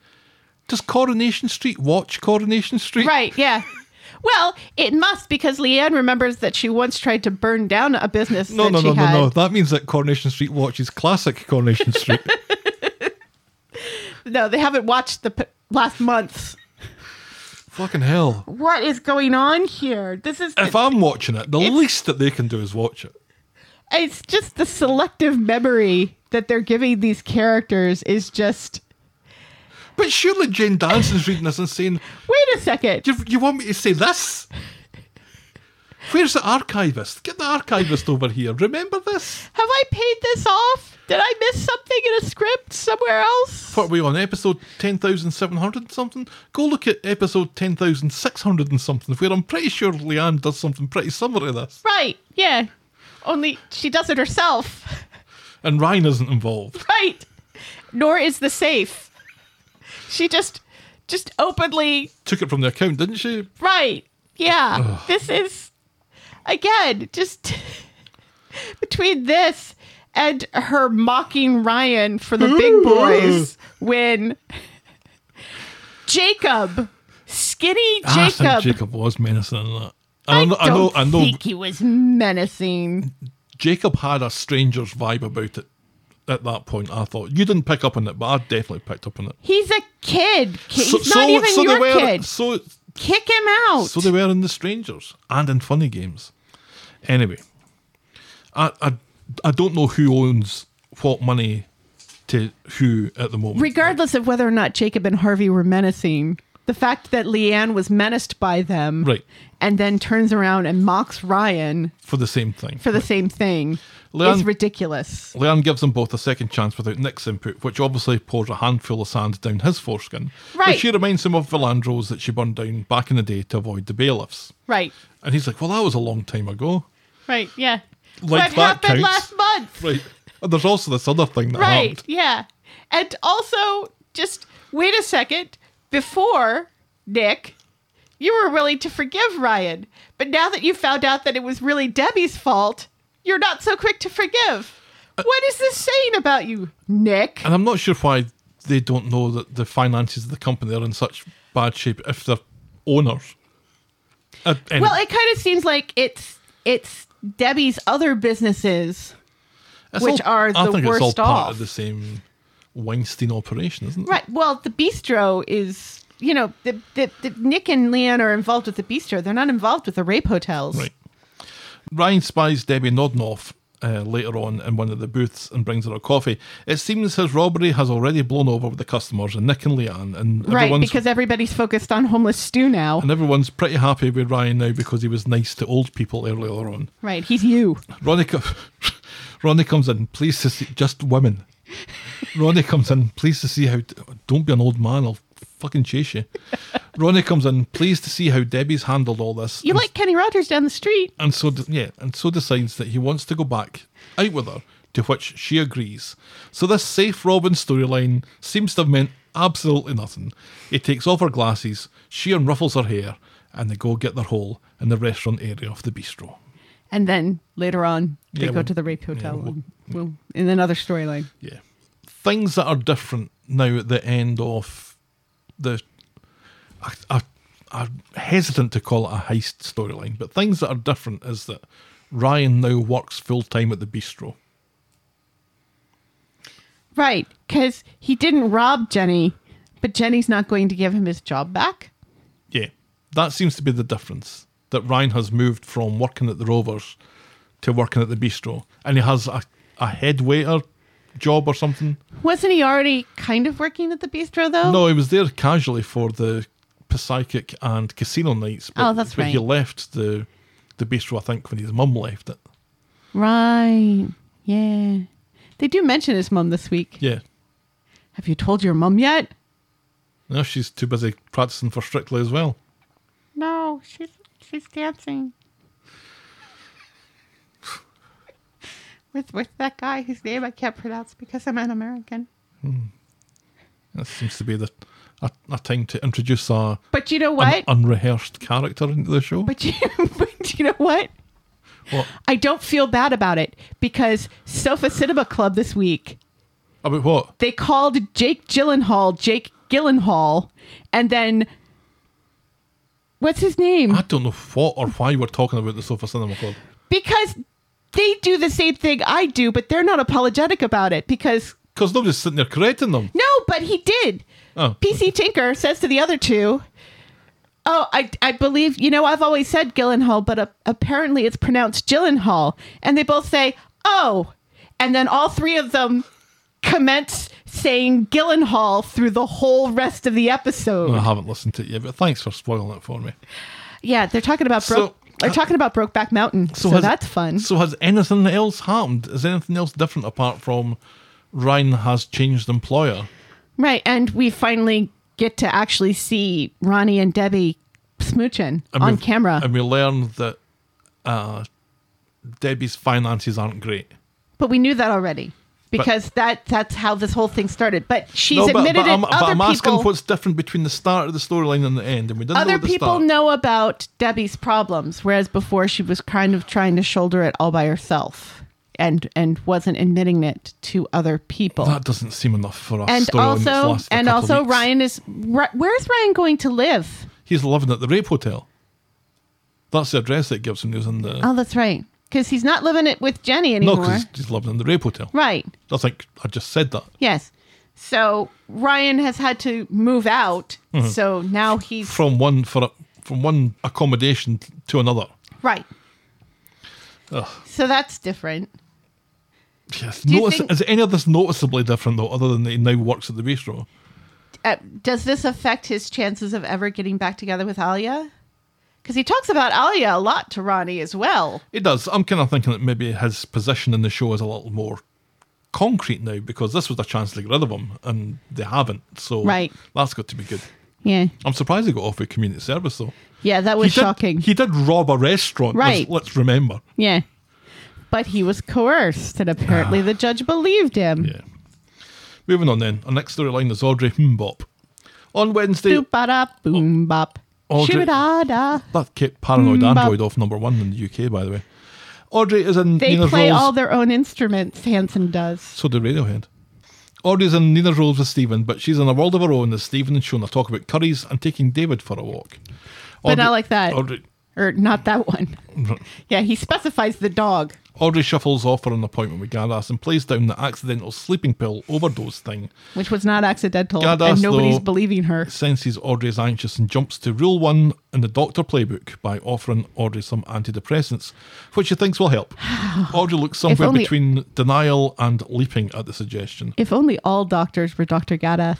does Coronation Street watch Coronation Street? Right, yeah. Well, it must because Leanne remembers that she once tried to burn down a business. No, that no, she no, no, had. no. That means that Coronation Street watches classic Coronation Street. No, they haven't watched the p- last month. Fucking hell. What is going on here? This is If I'm watching it, the It's- least that they can do is watch it. it's just the selective memory that they're giving these characters is just But surely Jane Danson's reading this and saying, Wait a second. you, you want me to say this? Where's the archivist? Get the archivist over here. Remember this? Have I paid this off? Did I miss something in a script somewhere else? What are we on? Episode 10,700 and something? Go look at episode 10,600 and something, where I'm pretty sure Leanne does something pretty similar to this. Right. Yeah. Only she does it herself. And Ryan isn't involved. Right. Nor is the safe. She just just openly Took it from the account, didn't she? Right. Yeah. This is again just between this and her mocking Ryan for the big boys when Jacob, skinny Ah, I think Jacob. Jacob was menacing in that. I, And I, know, don't I know, I know think he was menacing. Jacob had a stranger's vibe about it at that point, I thought. You didn't pick up on it, but I definitely picked up on it. He's a kid. Ki- He's not even so your they were, kid. So Kick him out. So they were in The Strangers and in Funny Games. Anyway, I, I, I don't know who owns what money to who at the moment. Regardless of whether or not Jacob and Harvey were menacing, the fact that Leanne was menaced by them Right, and then turns around and mocks Ryan for the same thing. for the same thing Leon- is ridiculous. Leanne gives them both a second chance without Nick's input, which obviously pours a handful of sand down his foreskin. But Right. she reminds him of Philandros that she burned down back in the day to avoid the bailiffs. Right. And he's like, well, that was a long time ago. Right. Yeah. Like what that counts. happened last month? Right. And there's also this other thing that Right. happened. Yeah. And also, just wait a second. Before, Nick, you were willing to forgive Ryan. But now that you found out that it was really Debbie's fault, you're not so quick to forgive. what is this saying about you, Nick? And I'm not sure why they don't know that the finances of the company are in such bad shape if they're owners. Uh, anyway, Well, it kind of seems like it's it's Debbie's other businesses. it's which are I the think it's all worst part off. of the same Weinstein operation, isn't it? Right. Well, the bistro is, you know, the, the, the Nick and Leanne are involved with the bistro. They're not involved with the rape hotels. Right. Ryan spies Debbie nodding off uh, later on in one of the booths and brings her a coffee. It seems his robbery has already blown over with the customers and Nick and Leanne, and Right, everyone's because everybody's focused on homeless stew now. and everyone's pretty happy with Ryan now because he was nice to old people earlier on. Right, he's you. Ronnie, co- Ronnie comes in, pleased to see just women. Ronnie comes in, pleased to see how. Don't be an old man, I'll fucking chase you. Ronnie comes in, pleased to see how Debbie's handled all this. You and, like Kenny Rogers down the street. and so de- yeah, and so decides that he wants to go back out with her, to which she agrees. So this safe Robin storyline seems to have meant absolutely nothing. He takes off her glasses, she unruffles her hair, and they go get their hole in the restaurant area of the bistro. And then later on, they Yeah, go well, to the rape hotel. yeah, well, and- well, in another storyline. Yeah. Things that are different now at the end of the. I, I, I'm hesitant to call it a heist storyline, but things that are different is that Ryan now works full time at the bistro. Right, because he didn't rob Jenny, but Jenny's not going to give him his job back. Yeah. That seems to be the difference that Ryan has moved from working at the Rovers to working at the bistro. And he has a, a head waiter job or something. Wasn't he already kind of working at the bistro though? No, he was there casually for the Psychic and casino nights. But, Oh, that's but he right. left the the bistro, I think, when his mum left it. Right. Yeah. They do mention his mum this week. Yeah. Have you told your mum yet? Now she's too busy practicing for Strictly as well. No, she's she's dancing. with with that guy whose name I can't pronounce because I'm an American. That seems to be the a, a time to introduce a But you know an what? unrehearsed character into the show. but you but you know what? What? I don't feel bad about it because Sofa Cinema Club this week About what? they called Jake Gyllenhaal Jake Gyllenhaal, and then what's his name? I don't know what or why we're talking about the Sofa Cinema Club. Because they do the same thing I do, but they're not apologetic about it because Because nobody's sitting there correcting them. no, but he did. Oh. PC Tinker says to the other two, "Oh, I I believe you know I've always said Gyllenhaal, but uh, apparently it's pronounced Gyllenhaal." And they both say, "Oh," and then all three of them commence saying Gyllenhaal through the whole rest of the episode. I haven't listened to it yet, but thanks for spoiling it for me. Yeah, they're talking about So- broke. they're talking about Brokeback Mountain, so, has- that's fun. So has anything else happened? Is anything else different apart from Ryan has changed employer? Right, and we finally get to actually see Ronnie and Debbie smooching And on we've- camera. And we learned that uh, Debbie's finances aren't great. But we knew that already because that that's how this whole thing started. But she's but, admitted but I'm, it. but other I'm asking people, what's different between the start of the storyline and the end, and we didn't know other at the people start. know about Debbie's problems, whereas before she was kind of trying to shoulder it all by herself and and wasn't admitting it to other people. Oh, That doesn't seem enough for us. and also, and also, Ryan is. Ri- Where's Ryan going to live? he's living at the rape hotel. That's the address that it gives him. He was in the Oh, that's right, because he's not living it with Jenny no, anymore. 'cause he's- he's living in the rape hotel. right. I think I just said that. Yes. So Ryan has had to move out. So now he's Mm-hmm. from one for a, from one accommodation t- to another. Right. Ugh. So that's different. Yes. you Notice, think- is any of this noticeably different though, other than that he now works at the bistro? Uh, does this affect his chances of ever getting back together with Alia? Because he talks about Alia a lot to Ronnie as well. It does. I'm kind of thinking that maybe his position in the show is a little more concrete now because this was a chance to get rid of him and they haven't. So Right. that's got to be good. Yeah. I'm surprised he got off with community service though. Yeah, that He was did- shocking. he did rob a restaurant. let's- Right. Let's, remember. yeah. But he was coerced, and apparently the judge believed him. Yeah. Moving on then. Our next storyline is Audrey Mbop. On Wednesday, Doop ba boom bop. Audrey- Shoo-da-da. That kicked Paranoid Mm, Android but- off number one in the UK, by the way. Audrey is in They Nina's play roles. all their own instruments, Hanson does. so did Radiohead. Audrey's in Nina's roles with Stephen, but she's in a world of her own as Stephen and Shona talk about curries and taking David for a walk. But not like that. Audrey, Or not that one. Yeah, he specifies the dog. Audrey shuffles off for an appointment with Gardas and plays down the accidental sleeping pill overdose thing. Which was not accidental, Gadas, and nobody's though, believing her. Senses Audrey is anxious and jumps to rule one in the doctor playbook by offering Audrey some antidepressants, which she thinks will help. Audrey looks somewhere only- between denial and leaping at the suggestion. If only all doctors were Dr. Gadas.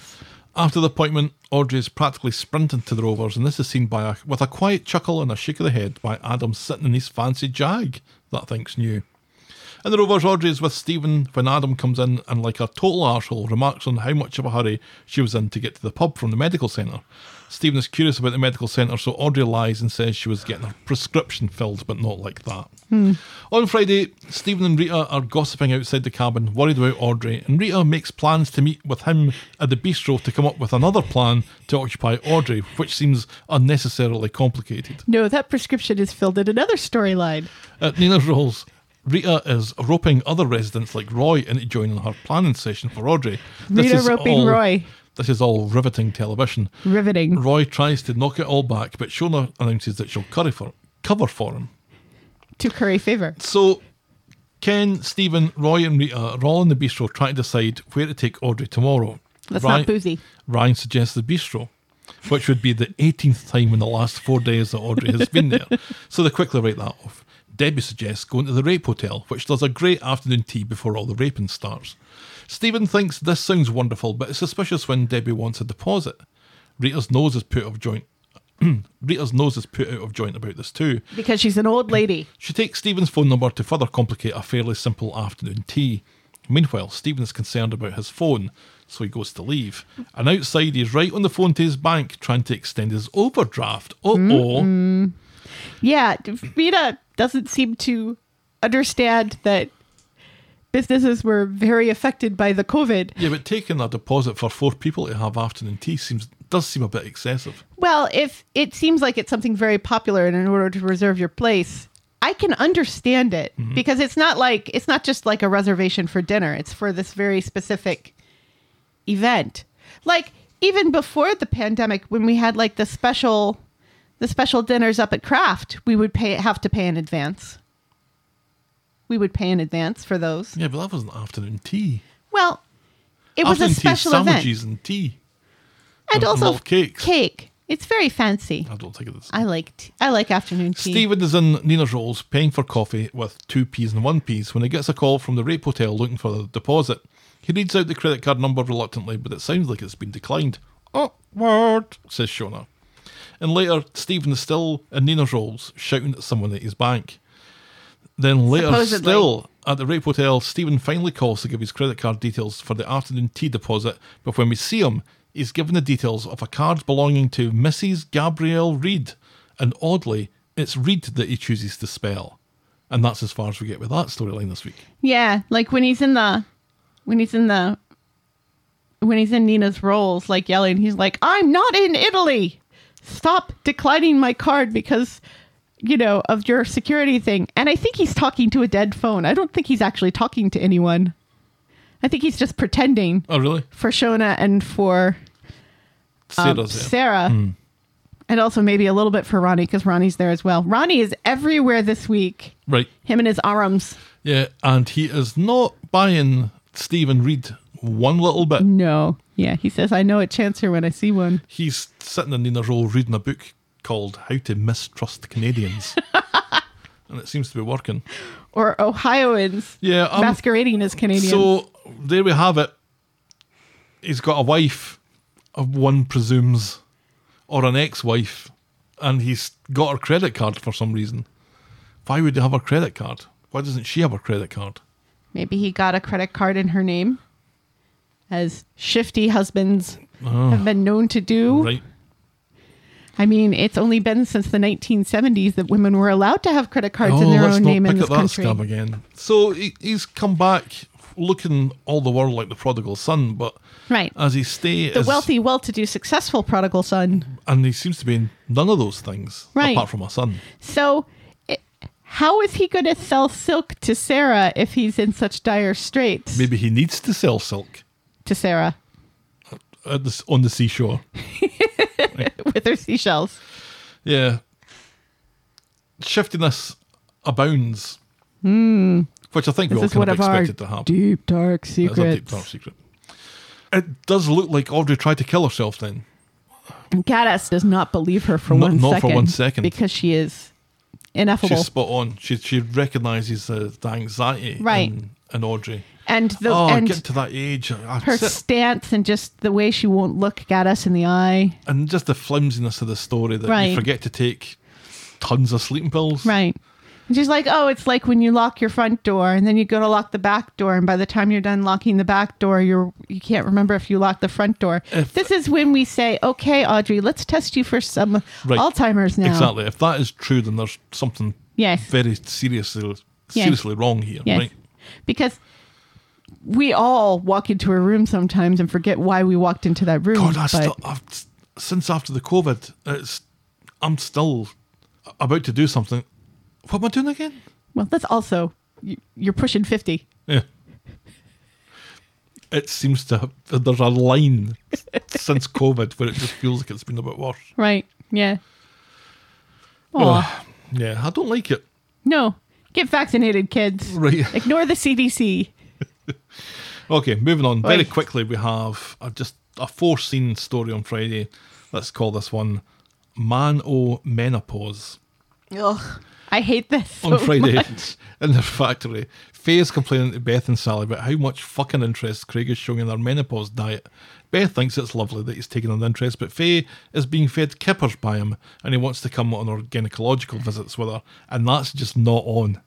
After the appointment, Audrey is practically sprinting to the Rovers, and this is seen by a, with a quiet chuckle and a shake of the head by Adam sitting in his fancy jag. That thing's new. In the Rovers, Audrey is with Stephen when Adam comes in and, like a total arsehole, remarks on how much of a hurry she was in to get to the pub from the medical centre. Stephen is curious about the medical centre, so Audrey lies and says she was getting her prescription filled, but not like that. On Friday, Stephen and Rita are gossiping outside the cabin, worried about Audrey, and Rita makes plans to meet with him at the bistro to come up with another plan to occupy Audrey, which seems unnecessarily complicated. No, that prescription is filled in another storyline. At Nina's roles, Uh, Rita is roping other residents like Roy into joining her planning session for Audrey. Rita roping Roy. This is all riveting television. Riveting. Roy tries to knock it all back, but Shona announces that she'll curry for, cover for him. To curry favor. So, Ken, Stephen, Roy, and Rita are all in the bistro trying to decide where to take Audrey tomorrow. That's not boozy. Ryan suggests the bistro, which would be the 18th time in the last four days that Audrey has been there. So they quickly write that off. Debbie suggests going to the rape hotel, which does a great afternoon tea before all the raping starts. Stephen thinks this sounds wonderful, but is suspicious when Debbie wants a deposit. Rita's nose is put of joint. Rita's nose is put out of joint about this too. Because she's an old lady. She takes Stephen's phone number to further complicate a fairly simple afternoon tea. Meanwhile, Stephen is concerned about his phone, so he goes to leave. And outside, he's right on the phone to his bank trying to extend his overdraft. Uh oh. Yeah, Rita doesn't seem to understand that businesses were very affected by the COVID. Yeah, but taking a deposit for four people to have afternoon tea seems does seem a bit excessive. Well, if it seems like it's something very popular and in order to reserve your place, I can understand it Mm-hmm. because it's not like it's not just like a reservation for dinner, it's for this very specific event. Like even before the pandemic when we had like the special the special dinners up at Kraft, we would pay have to pay in advance. We would pay in advance for those. Yeah, but that wasn't afternoon tea. Well, it was afternoon a tea, special is event. sandwiches and tea. and and also little cakes. cake. It's very fancy. I don't think it is. I like t- I like afternoon tea. Stephen is in Nina's rolls paying for coffee with two peas and one peas when he gets a call from the rape hotel looking for the deposit. He reads out the credit card number reluctantly, but it sounds like it's been declined. Awkward, says Shona. And later, Stephen is still in Nina's rolls shouting at someone at his bank. Then later, Supposedly. still at the rape hotel, Stephen finally calls to give his credit card details for the afternoon tea deposit. But when we see him, he's given the details of a card belonging to Mrs. Gabrielle Reed. And oddly, it's Reed that he chooses to spell. And that's as far as we get with that storyline this week. Yeah, like when he's in the when he's in the when he's in Nina's roles, like yelling, he's like, "I'm not in Italy. Stop declining my card because you know of your security thing." And I think he's talking to a dead phone. I don't think he's actually talking to anyone. I think he's just pretending Oh, really? for Shona and for um, Sarah's there. Sarah. And also maybe a little bit for Ronnie because Ronnie's there as well. Ronnie is everywhere this week. Right. Him and his arms. Yeah, and he is not buying Stephen Reed one little bit. No. Yeah, he says, I know a chancer when I see one. He's sitting in Nina's roll reading a book called How to Mistrust Canadians. and it seems to be working. Or Ohioans Yeah, um, masquerading as Canadian. so there we have it. He's got a wife, uh, one presumes, or an ex wife, and he's got her credit card for some reason. Why would he have her credit card? Why doesn't she have her credit card? Maybe he got a credit card in her name, as shifty husbands have been known to do. Oh. Right. I mean, it's only been since the 1970s that women were allowed to have credit cards in Oh, their let's own not name in pick this up that country. scab again. So he, he's come back looking all the world like the prodigal son, but Right. as he stay the is- wealthy, well to do, successful prodigal son. and he seems to be in none of those things Right. apart from a son. So, it, how is he going to sell silk to Sarah if he's in such dire straits? Maybe he needs to sell silk To Sarah at the, s- on the seashore. with her seashells. Yeah. shiftiness abounds, which I think we all This Hmm. is kind one of of our expected to happen. deep dark That's a deep secrets. dark secret. It does look like Audrey tried to kill herself then. Caras does not believe her for Not- one second. not for one second. because she is ineffable. She's spot on. She she recognises the, the anxiety Right. in, in Audrey. and the oh, I and get to that age. I, I her sit- stance and just the way she won't look at us in the eye. and just the flimsiness of the story that Right. you forget to take tons of sleeping pills. Right. And she's like, oh, it's like when you lock your front door and then you go to lock the back door, and by the time you're done locking the back door, you're you can't remember if you locked the front door. this is when we say, okay, Audrey, let's test you for some Right. Alzheimer's now. Exactly. If that is true, then there's something Yes. very seriously Yes. seriously wrong here. Yes. Right. Because we all walk into a room sometimes and forget why we walked into that room. God, I but- still, I've, since after the COVID, it's, I'm still about to do something. What am I doing again? well, that's also you- you're pushing fifty. Yeah. It seems to have, there's a line since COVID where it just feels like it's been a bit worse. Right. Yeah. Aw. Yeah, I don't like it. No. Get vaccinated, kids. Right. Ignore the CDC. Okay, moving on. Very Right. quickly, we have a, just a four scene story on Friday. Let's call this one Man O Menopause. Ugh. I hate this. on so Friday much. in the factory. Faye is complaining to Beth and Sally about how much fucking interest Craig is showing in their menopause diet. Beth thinks it's lovely that he's taking an interest, but Faye is being fed kippers by him and he wants to come on her gynecological visits with her, and that's just not on.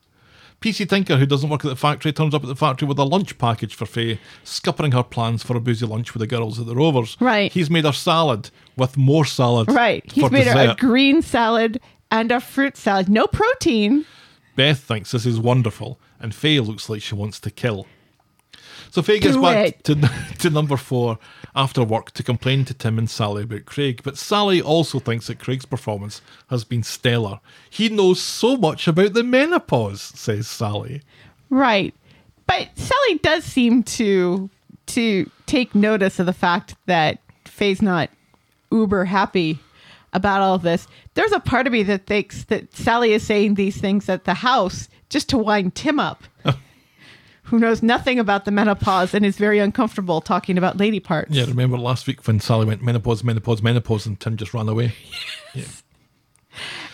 PC Tinker, who doesn't work at the factory, turns up at the factory with a lunch package for Faye, scuppering her plans for a boozy lunch with the girls at the Rovers. Right. He's made her salad with more salad. Right. He's for made her a dessert. green salad and a fruit salad. No protein. Beth thinks this is wonderful, and Faye looks like she wants to kill. So Faye gets Do back it. to, to number four after work to complain to Tim and Sally about Craig, but Sally also thinks that Craig's performance has been stellar. He knows so much about the menopause, says Sally. Right. But Sally does seem to to take notice of the fact that Faye's not uber happy about all of this. There's a part of me that thinks that Sally is saying these things at the house just to wind Tim up. Oh. Who knows nothing about the menopause and is very uncomfortable talking about lady parts. Yeah, remember last week when Sally went menopause, menopause, menopause, and Tim just ran away?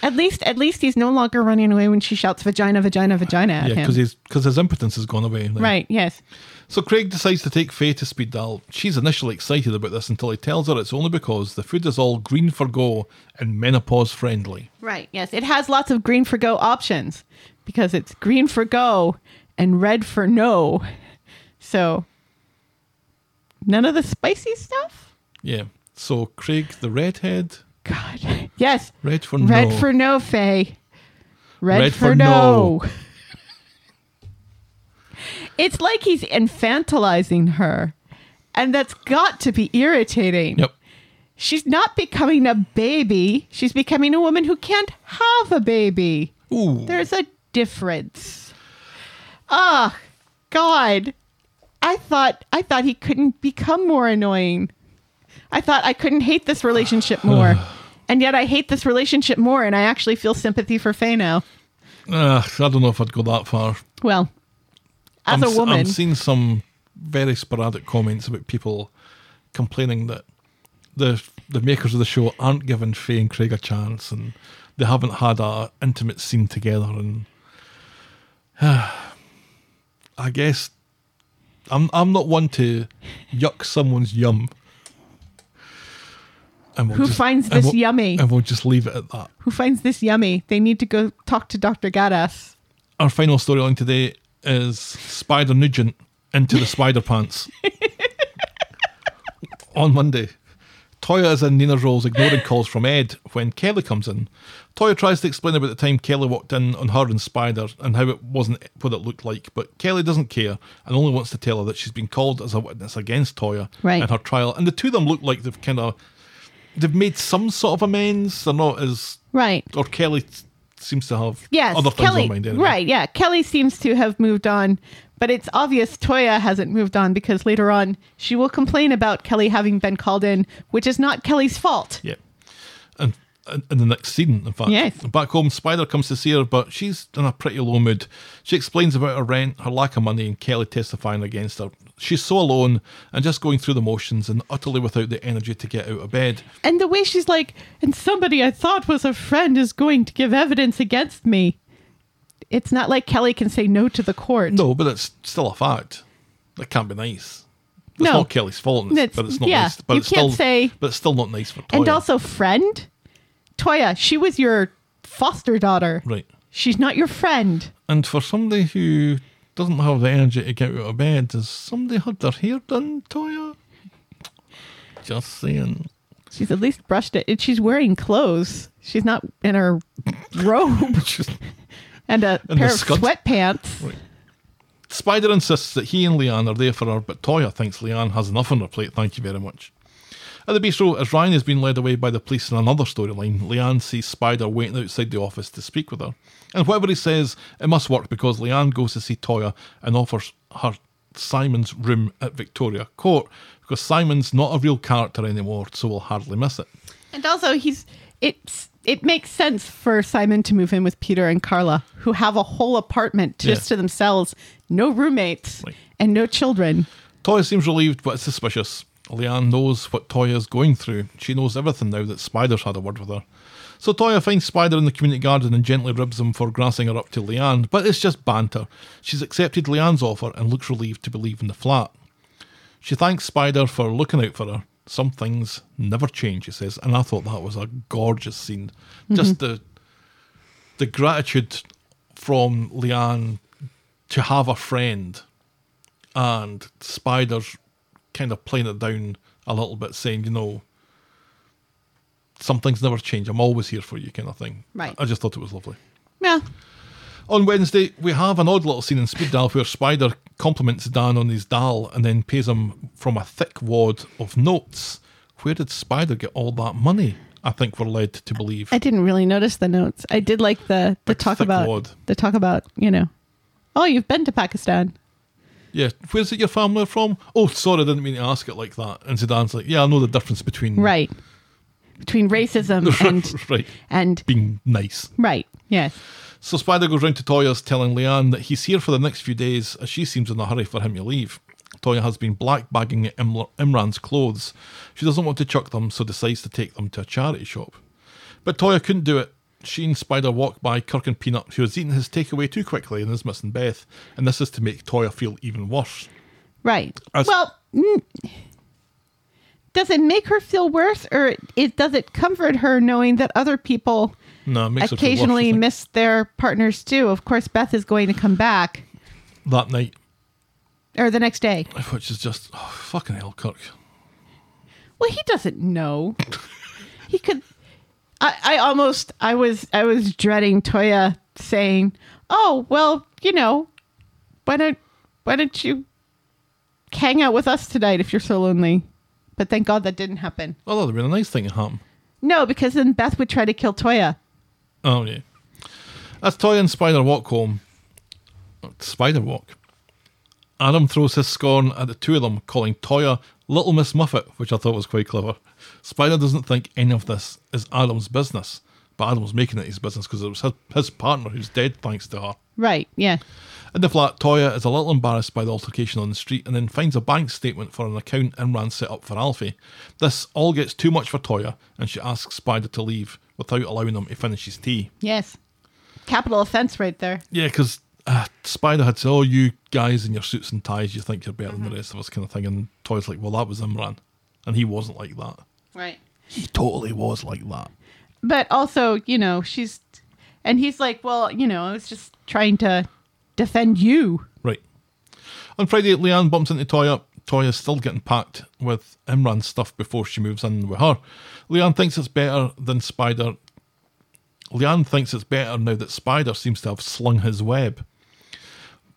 At least at least he's no longer running away when she shouts vagina, vagina, vagina at Yeah, him. because his impotence has gone away. now. Right, yes. So Craig decides to take Faye to speed dial. She's initially excited about this until he tells her it's only because the food is all green for go and menopause friendly. Right. Yes. It has lots of green for go options because it's green for go and red for no. So none of the spicy stuff? Yeah. So Craig the redhead, God. Yes. red for Red no. for no, Faye. Red, Red for, for no. no. it's like he's infantilizing her. And that's got to be irritating. Yep. She's not becoming a baby. She's becoming a woman who can't have a baby. Ooh. There's a difference. Ah, God. I thought I thought he couldn't become more annoying. I thought I couldn't hate this relationship more. and yet I hate this relationship more and I actually feel sympathy for Faye now. Ugh, Ah, I don't know if I'd go that far. Well, as I'm a s- woman, I'm seeing some very sporadic comments about people complaining that the the makers of the show aren't giving Faye and Craig a chance and they haven't had a intimate scene together and I guess I'm I'm not one to yuck someone's yum. And we'll Who finds and this yummy? And we'll just leave it at that. who finds this yummy, they need to go talk to Dr. Gaddis. Our final storyline today is Spider Nugent into the spider pants. On Monday, Toya is in Nina's roles, ignoring calls from Ed when Kelly comes in. Toya tries to explain about the time Kelly walked in on her and Spider and how it wasn't what it looked like, but Kelly doesn't care and only wants to tell her that she's been called as a witness against Toya Right. in her trial. And the two of them look like they've kind of they've made some sort of amends. They're not as Right. or Kelly s- seems to have Yes, other things Kelly. on mind. Anyway. Right, yeah. Kelly seems to have moved on, but it's obvious Toya hasn't moved on because later on she will complain about Kelly having been called in, which is not Kelly's fault. Yeah. And in- in the next scene, in fact. Yes. Back home, Spider comes to see her, but she's in a pretty low mood. She explains about her rent, her lack of money, and Kelly testifying against her. She's so alone and just going through the motions and utterly without the energy to get out of bed. And the way she's like, and somebody I thought was a friend is going to give evidence against me. It's not like Kelly can say no to the court. No, but it's still a fact. That can't be nice. It's No. not Kelly's fault, and it's- That's- but it's not yeah, nice. But you it's still, can't say- But it's still not nice for Toya. And also, friend? Toya, she was your foster daughter. Right. She's not your friend. And for somebody who doesn't have the energy to get out of bed, has somebody had their hair done, Toya? Just saying. She's at least brushed it. And she's wearing clothes. She's not in her robe Just- and a And pair the of scud. sweatpants. Spider insists that he and Leanne are there for her, but Toya thinks Leanne has enough on her plate, thank you very much. At the bistro, as Ryan is being led away by the police in another storyline, Leanne sees Spider waiting outside the office to speak with her. And whatever he says, it must work because Leanne goes to see Toya and offers her Simon's room at Victoria Court because Simon's not a real character anymore, so we'll hardly miss it. And also, he's it's it makes sense for Simon to move in with Peter and Carla, who have a whole apartment just Yeah. to themselves, no roommates Right. and no children. Toya seems relieved but suspicious. Leanne knows what Toya is going through. She knows everything now that Spider's had a word with her. So Toya finds Spider in the community garden and gently ribs him for grassing her up to Leanne, but it's just banter. She's accepted Leanne's offer and looks relieved to be leaving the flat. She thanks Spider for looking out for her. Some things never change, she says, and I thought that was a gorgeous scene. Just the the gratitude from Leanne to have a friend and Spider's kind of playing it down a little bit, saying, you know, something's never changed. I'm always here for you, kind of thing. Right. I just thought it was lovely. Yeah, On Wednesday, we have an odd little scene in Speed Dial where Spider compliments Dan on his dial and then pays him from a thick wad of notes. Where did Spider get all that money? I think we're led to believe. I didn't really notice the notes. I did like the the Like talk thick about wad. the talk about you know, oh you've been to Pakistan. Yeah, where's it your family are from? Oh, sorry, I didn't mean to ask it like that. And Zidane's like, yeah, I know the difference between Right. Between racism and right, and being nice. right. Yes. So Spider goes round to Toya's, telling Leanne that he's here for the next few days, as she seems in a hurry for him to leave. Toya has been blackbagging Iml- Imran's clothes. She doesn't want to chuck them, so decides to take them to a charity shop. But Toya couldn't do it. She and Spider walk by Kirk and Peanut, who has eaten his takeaway too quickly and is missing Beth, and this is to make Toya feel even worse. Right. As- well, mm, does it make her feel worse, or it, it does it comfort her knowing that other people No, it makes her feel worse, I occasionally think. miss their partners too? Of course, Beth is going to come back That night, or the next day. which is just oh, fucking hell, Kirk. Well, he doesn't know. he could. I, I almost I was I was dreading Toya saying, "Oh well, you know, why don't why don't you hang out with us tonight if you're so lonely?" But thank God that didn't happen. Oh, that'd have been a nice thing to happen. No, because then Beth would try to kill Toya. Oh yeah. As Toy and Spider walk home, Spider walk. Adam throws his scorn at the two of them, calling Toya Little Miss Muffet, which I thought was quite clever. Spider doesn't think any of this is Adam's business, but Adam's making it his business because it was his, his partner who's dead thanks to her. Right? Yeah. In the flat, Toya is a little embarrassed by the altercation on the street and then finds a bank statement for an account Imran set up for Alfie. This all gets too much for Toya, and she asks Spider to leave without allowing him to finish his tea. Yes. Capital offense, right there. Yeah, because uh, Spider had said, "Oh, you guys in your suits and ties, you think you're better than the rest of us," kind of thing. And Toy's like, "Well, that was Imran, and he wasn't like that. Right. He totally was like that." But also, you know, she's, and he's like, well, you know, I was just trying to defend you. Right. On Friday, Leanne bumps into Toya. Toya's still getting packed with Imran's stuff before she moves in with her. Leanne thinks it's better than Spider. Leanne thinks it's better now that Spider seems to have slung his web.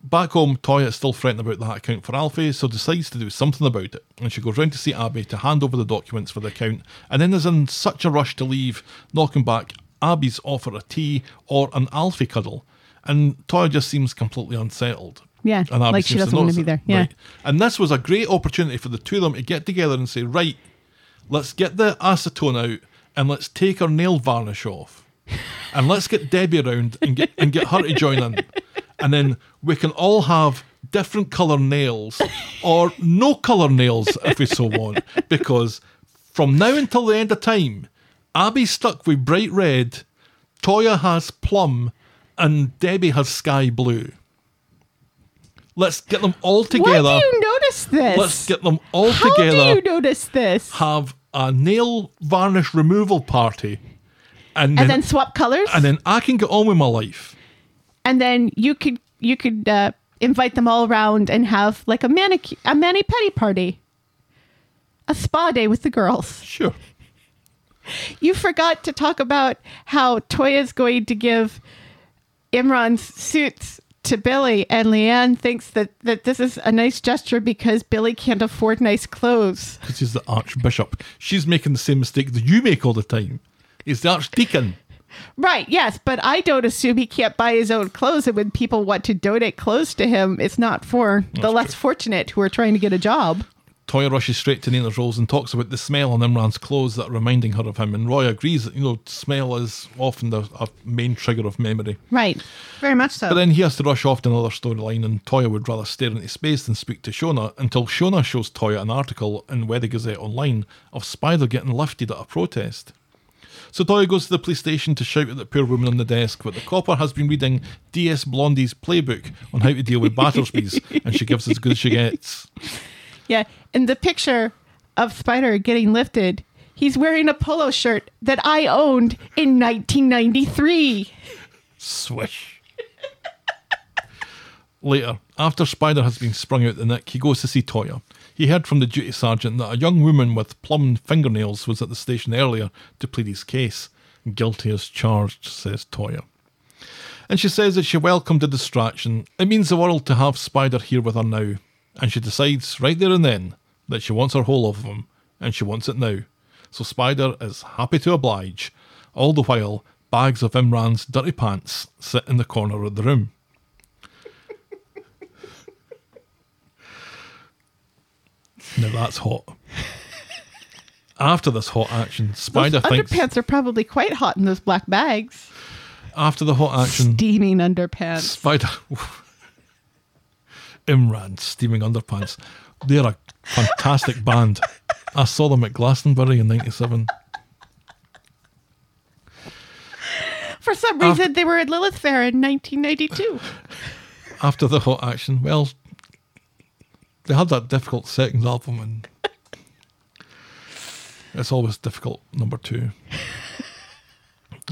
Back home, Toya is still fretting about that account for Alfie, so decides to do something about it. And she goes round to see Abby to hand over the documents for the account, and then is in such a rush to leave, knocking back Abby's offer of tea or an Alfie cuddle. And Toya just seems completely unsettled. Yeah, and Abby like she seems doesn't wanna notice be it. there, yeah. Right. And this was a great opportunity for the two of them to get together and say, right, let's get the acetone out and let's take her nail varnish off. And let's get Debbie around and get, and get her to join in. And then we can all have different colour nails or no colour nails if we so want. Because from now until the end of time, Abby's stuck with bright red, Toya has plum, and Debbie has sky blue. Let's get them all together. Why do you notice this? Let's get them all How together. do you notice this? have a nail varnish removal party, and and then, then swap colors, and then I can get on with my life. and then you could you could uh, invite them all around and have like a manic a mani petty party, a spa day with the girls. Sure. You forgot to talk about how Toya's going to give Imran's suits to Billy, and Leanne thinks that, that this is a nice gesture because Billy can't afford nice clothes. This is the Archbishop. She's making the same mistake that you make all the time. He's the Archdeacon. Right, yes, but I don't assume he can't buy his own clothes, and when people want to donate clothes to him, it's not for the less fortunate who are trying to get a job. Toya rushes straight to Nina's rolls and talks about the smell on Imran's clothes that are reminding her of him. And Roy agrees that, you know, smell is often the a main trigger of memory. Right, very much so. But then he has to rush off to another storyline, and Toya would rather stare into space than speak to Shona until Shona shows Toya an article in Weather Gazette Online of Spider getting lifted at a protest. So Toya goes to the police station to shout at the poor woman on the desk, but the copper has been reading D.S. Blondie's playbook on how to deal with Battersby's, and she gives as good as she gets. yeah, in the picture of Spider getting lifted, he's wearing a polo shirt that I owned in 1993. Swish. Later, after Spider has been sprung out the neck, he goes to see Toya. He heard from the duty sergeant that a young woman with plumbed fingernails was at the station earlier to plead his case. Guilty as charged, says Toya. And she says that she welcomed the distraction. It means the world to have Spider here with her now. And she decides, right there and then, that she wants her whole of him, and she wants it now. So Spider is happy to oblige. All the while, bags of Imran's dirty pants sit in the corner of the room. now that's hot. After this hot action, Those Spider thinks. underpants are probably quite hot in those black bags. After the hot action, Steaming underpants. Spider. Imran, Steaming Underpants. They're a fantastic band. I saw them at Glastonbury in 97. For some reason, they were at Lilith Fair in 1992. After the hot action, well, they had that difficult second album, and it's always difficult, number two.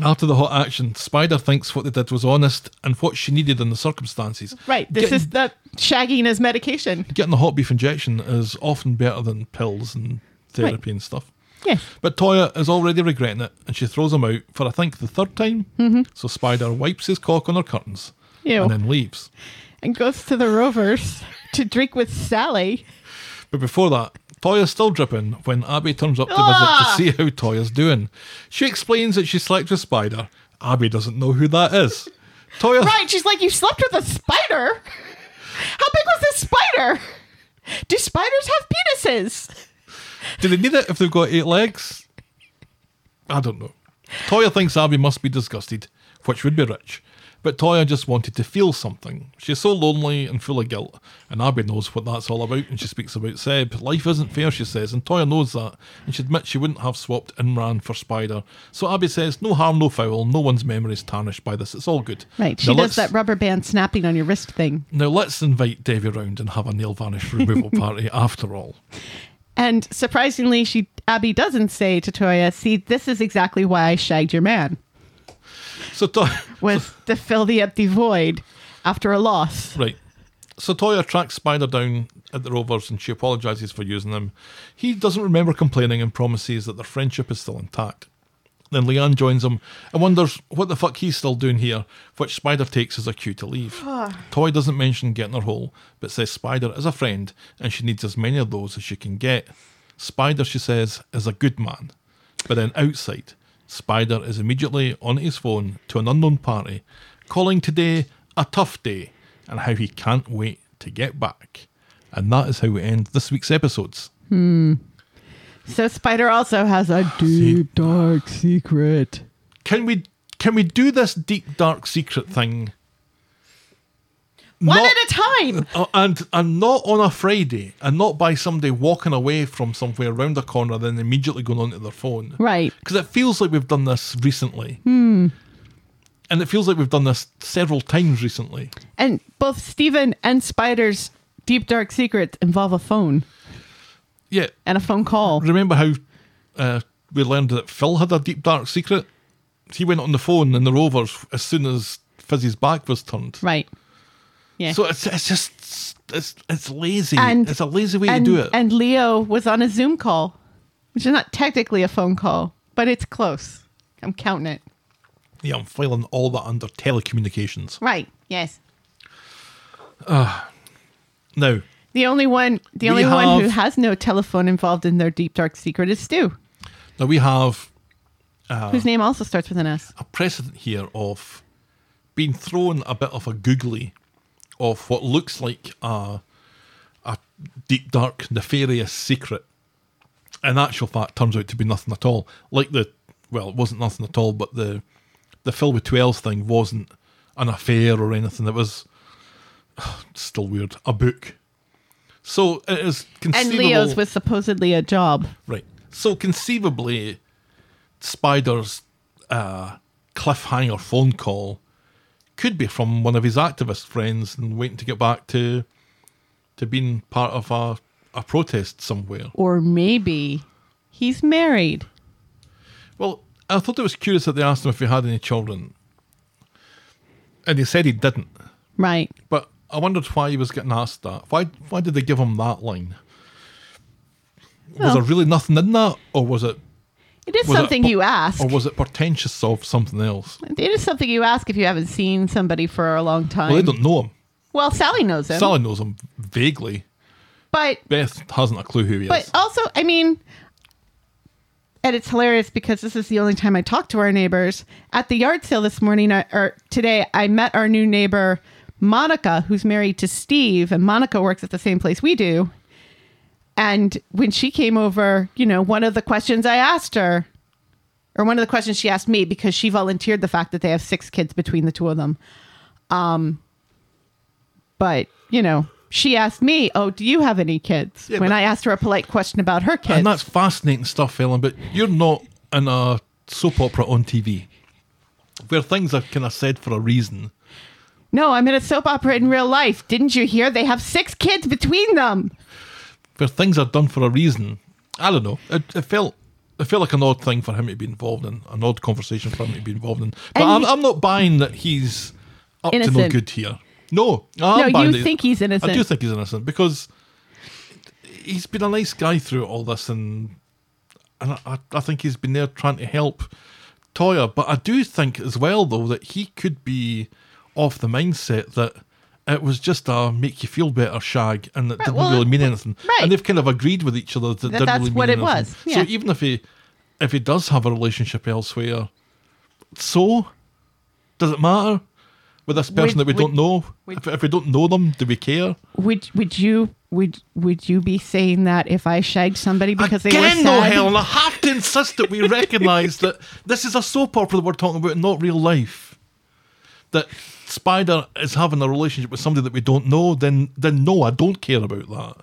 After the hot action, Spider thinks what they did was honest and what she needed in the circumstances. Right. This Getting- is the shagging as medication. getting the hot beef injection is often better than pills and therapy and stuff. Yes. But Toya is already regretting it, and she throws him out for I think the third time. So Spider wipes his cock on her curtains Mm-hmm. Ew. and then leaves. And goes to the Rovers to drink with Sally. But before that, Toya's still dripping when Abby turns up to Ah! visit to see how Toya's doing. She explains that she slept with Spider. Abby doesn't know who that is. Toya Right. She's like, You slept with a spider? How big was this spider? Do spiders have penises? Do they need it if they've got eight legs? I don't know. Toya thinks Abby must be disgusted, which would be rich. But Toya just wanted to feel something. She's so lonely and full of guilt, and Abby knows what that's all about, and she speaks about Seb. Life isn't fair, she says, and Toya knows that, and she admits she wouldn't have swapped Imran for Spider. So Abby says, No harm, no foul, no one's memory is tarnished by this, it's all good. Right. She Now let's- does that rubber band snapping on your wrist thing. Now let's invite Davy round and have a nail varnish removal party after all. And surprisingly, she Abby doesn't say to Toya, See, this is exactly why I shagged your man, So Toya. was to fill the empty void after a loss. Right. So Toya tracks Spider down at the Rovers and she apologises for using him. He doesn't remember complaining and promises that their friendship is still intact. Then Leanne joins him and wonders what the fuck he's still doing here, which Spider takes as a cue to leave. Toy doesn't mention getting her whole, but says Spider is a friend and she needs as many of those as she can get. Spider, she says, is a good man. But then outside, Spider is immediately on his phone to an unknown party, calling today a tough day and how he can't wait to get back. And that is how we end this week's episodes. So Spider also has a deep dark secret. Can we can we do this deep dark secret thing? One Not- at a time. Uh, and and not on a Friday, and not by somebody walking away from somewhere around a corner, then immediately going onto their phone. Right. Because it feels like we've done this recently, Hmm. and it feels like we've done this several times recently. And both Steven and Spider's deep dark secrets involve a phone Yeah, and a phone call. remember how uh, we learned that Phil had a deep dark secret? He went on the phone and the Rovers as soon as Fizzy's back was turned. Right. Yeah. So it's it's just it's it's lazy. And- it's a lazy way and, to do it. And Leo was on a Zoom call, which is not technically a phone call, but it's close. I'm counting it. yeah, I'm filing all that under telecommunications Right. Yes. now. The only one, the We only one who have- has no telephone involved in their deep dark secret is Stu, Now we have whose name also starts with an S. a precedent here of being thrown a bit of a googly of what looks like a a deep dark nefarious secret. In actual fact, turns out to be nothing at all. Like the well, it wasn't nothing at all, but the the Phil with two L's thing wasn't an affair or anything. It was still weird. A book. So it is And conceivable. Leo's was supposedly a job. Right. So conceivably, Spider's uh, cliffhanger phone call could be from one of his activist friends and waiting to get back to to being part of a, a protest somewhere. Or maybe he's married. Well, I thought it was curious that they asked him if he had any children. And he said he didn't. Right. But I wondered why he was getting asked that. Why why did they give him that line? was Well- there really nothing in that? Or was it It is was it something per- you ask. Or was it pretentious of something else? it is something you ask if you haven't seen somebody for a long time. Well, they don't know him. Well, Sally knows him. Sally knows him vaguely. But Beth hasn't a clue who he But is. also, I mean, and it's hilarious because this is the only time I talk to our neighbors. At the yard sale this morning, I- or today, I met our new neighbor, Monica, who's married to Steve, and Monica works at the same place we do. And when she came over, you know, one of the questions I asked her, or one of the questions she asked me, because she volunteered the fact that they have six kids between the two of them. Um, but you know, she asked me, "Oh, do you have any kids?" Yeah, when but- I asked her a polite question about her kids. and that's fascinating stuff, Ellen, but you're not in a soap opera on TV where things are kind of said for a reason. No, I'm in a soap opera in real life. Didn't you hear? They have six kids between them. Where things are done for a reason. I don't know. It, it felt it felt like an odd thing for him to be involved in, an odd conversation for him to be involved in. But And I'm, he- I'm not buying that he's up to no Innocent. good here. No, I'm no, buying you that- think he's innocent. I do think he's innocent because he's been a nice guy through all this, and and I- I, I think he's been there trying to help Toya. But I do think as well though that he could be off the mindset that it was just a make you feel better shag, and it didn't well, really mean anything. right. And they've kind of agreed with each other that, it didn't that's really mean what it anything. was, yeah. So even if he if he does have a relationship elsewhere, so does it matter? With this person that we Would- don't know, would- if, if we don't know them, do we care? Would would you would would you be saying that if I shagged somebody because they were Again, sad? though, Helen, I have to insist that we recognise that this is a soap opera that we're talking about, and not real life. That Spider is having a relationship with somebody that we don't know, then then no, I don't care about that.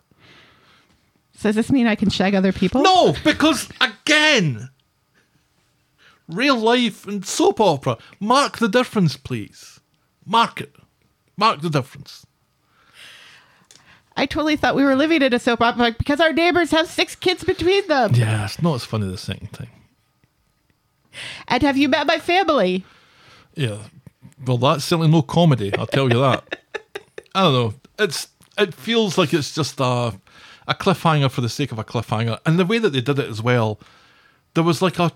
So does this mean I can shag other people? No, because again, real life and soap opera. Mark the difference, please. Mark it. Mark the difference. I totally thought we were living in a soap opera because our neighbors have six kids between them. Yeah, it's not as funny the second thing. And have you met my family? Yeah. Well, that's certainly no comedy. I'll tell you that. I don't know. It's it feels like it's just a a cliffhanger for the sake of a cliffhanger, and the way that they did it as well, there was like a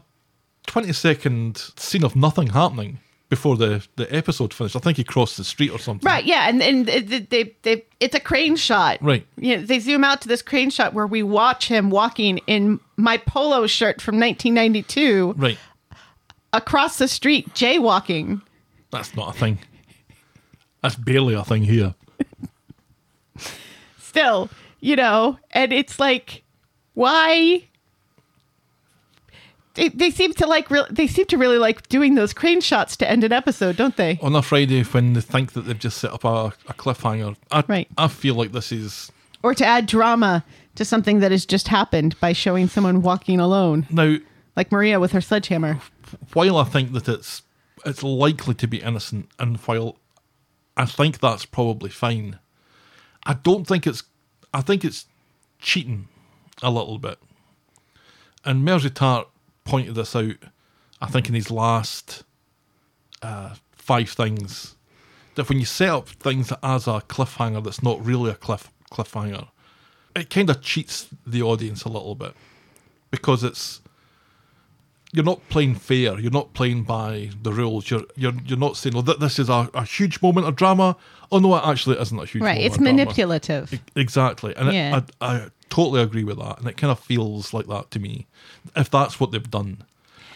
twenty second scene of nothing happening before the the episode finished. I think he crossed the street or something. Right. Yeah. And and they, they they it's a crane shot. Right. Yeah. They zoom out to this crane shot where we watch him walking in my polo shirt from 1992 Right. across the street jaywalking. That's not a thing. That's barely a thing here. Still, you know, and it's like, why? They, they seem to like real. They seem to really like doing those crane shots to end an episode, don't they? On a Friday when they think that they've just set up a, a cliffhanger, I, Right. I feel like this is Or to add drama to something that has just happened by showing someone walking alone, now. like Maria with her sledgehammer. While I think that it's it's likely to be innocent, and while I think that's probably fine, I don't think it's. I think it's cheating a little bit. And Mersey Tart pointed this out, I think, in his last uh, five things. That when you set up things as a cliffhanger that's not really a cliff cliffhanger, it kind of cheats the audience a little bit because it's you're not playing fair. You're not playing by the rules. You're you're you're not saying, "Oh, th- this is a, a huge moment of drama." Oh no, it actually isn't a huge. Right. moment It's of drama. manipulative. Exactly, and Yeah. it, I, I totally agree with that, and it kind of feels like that to me. If that's what they've done,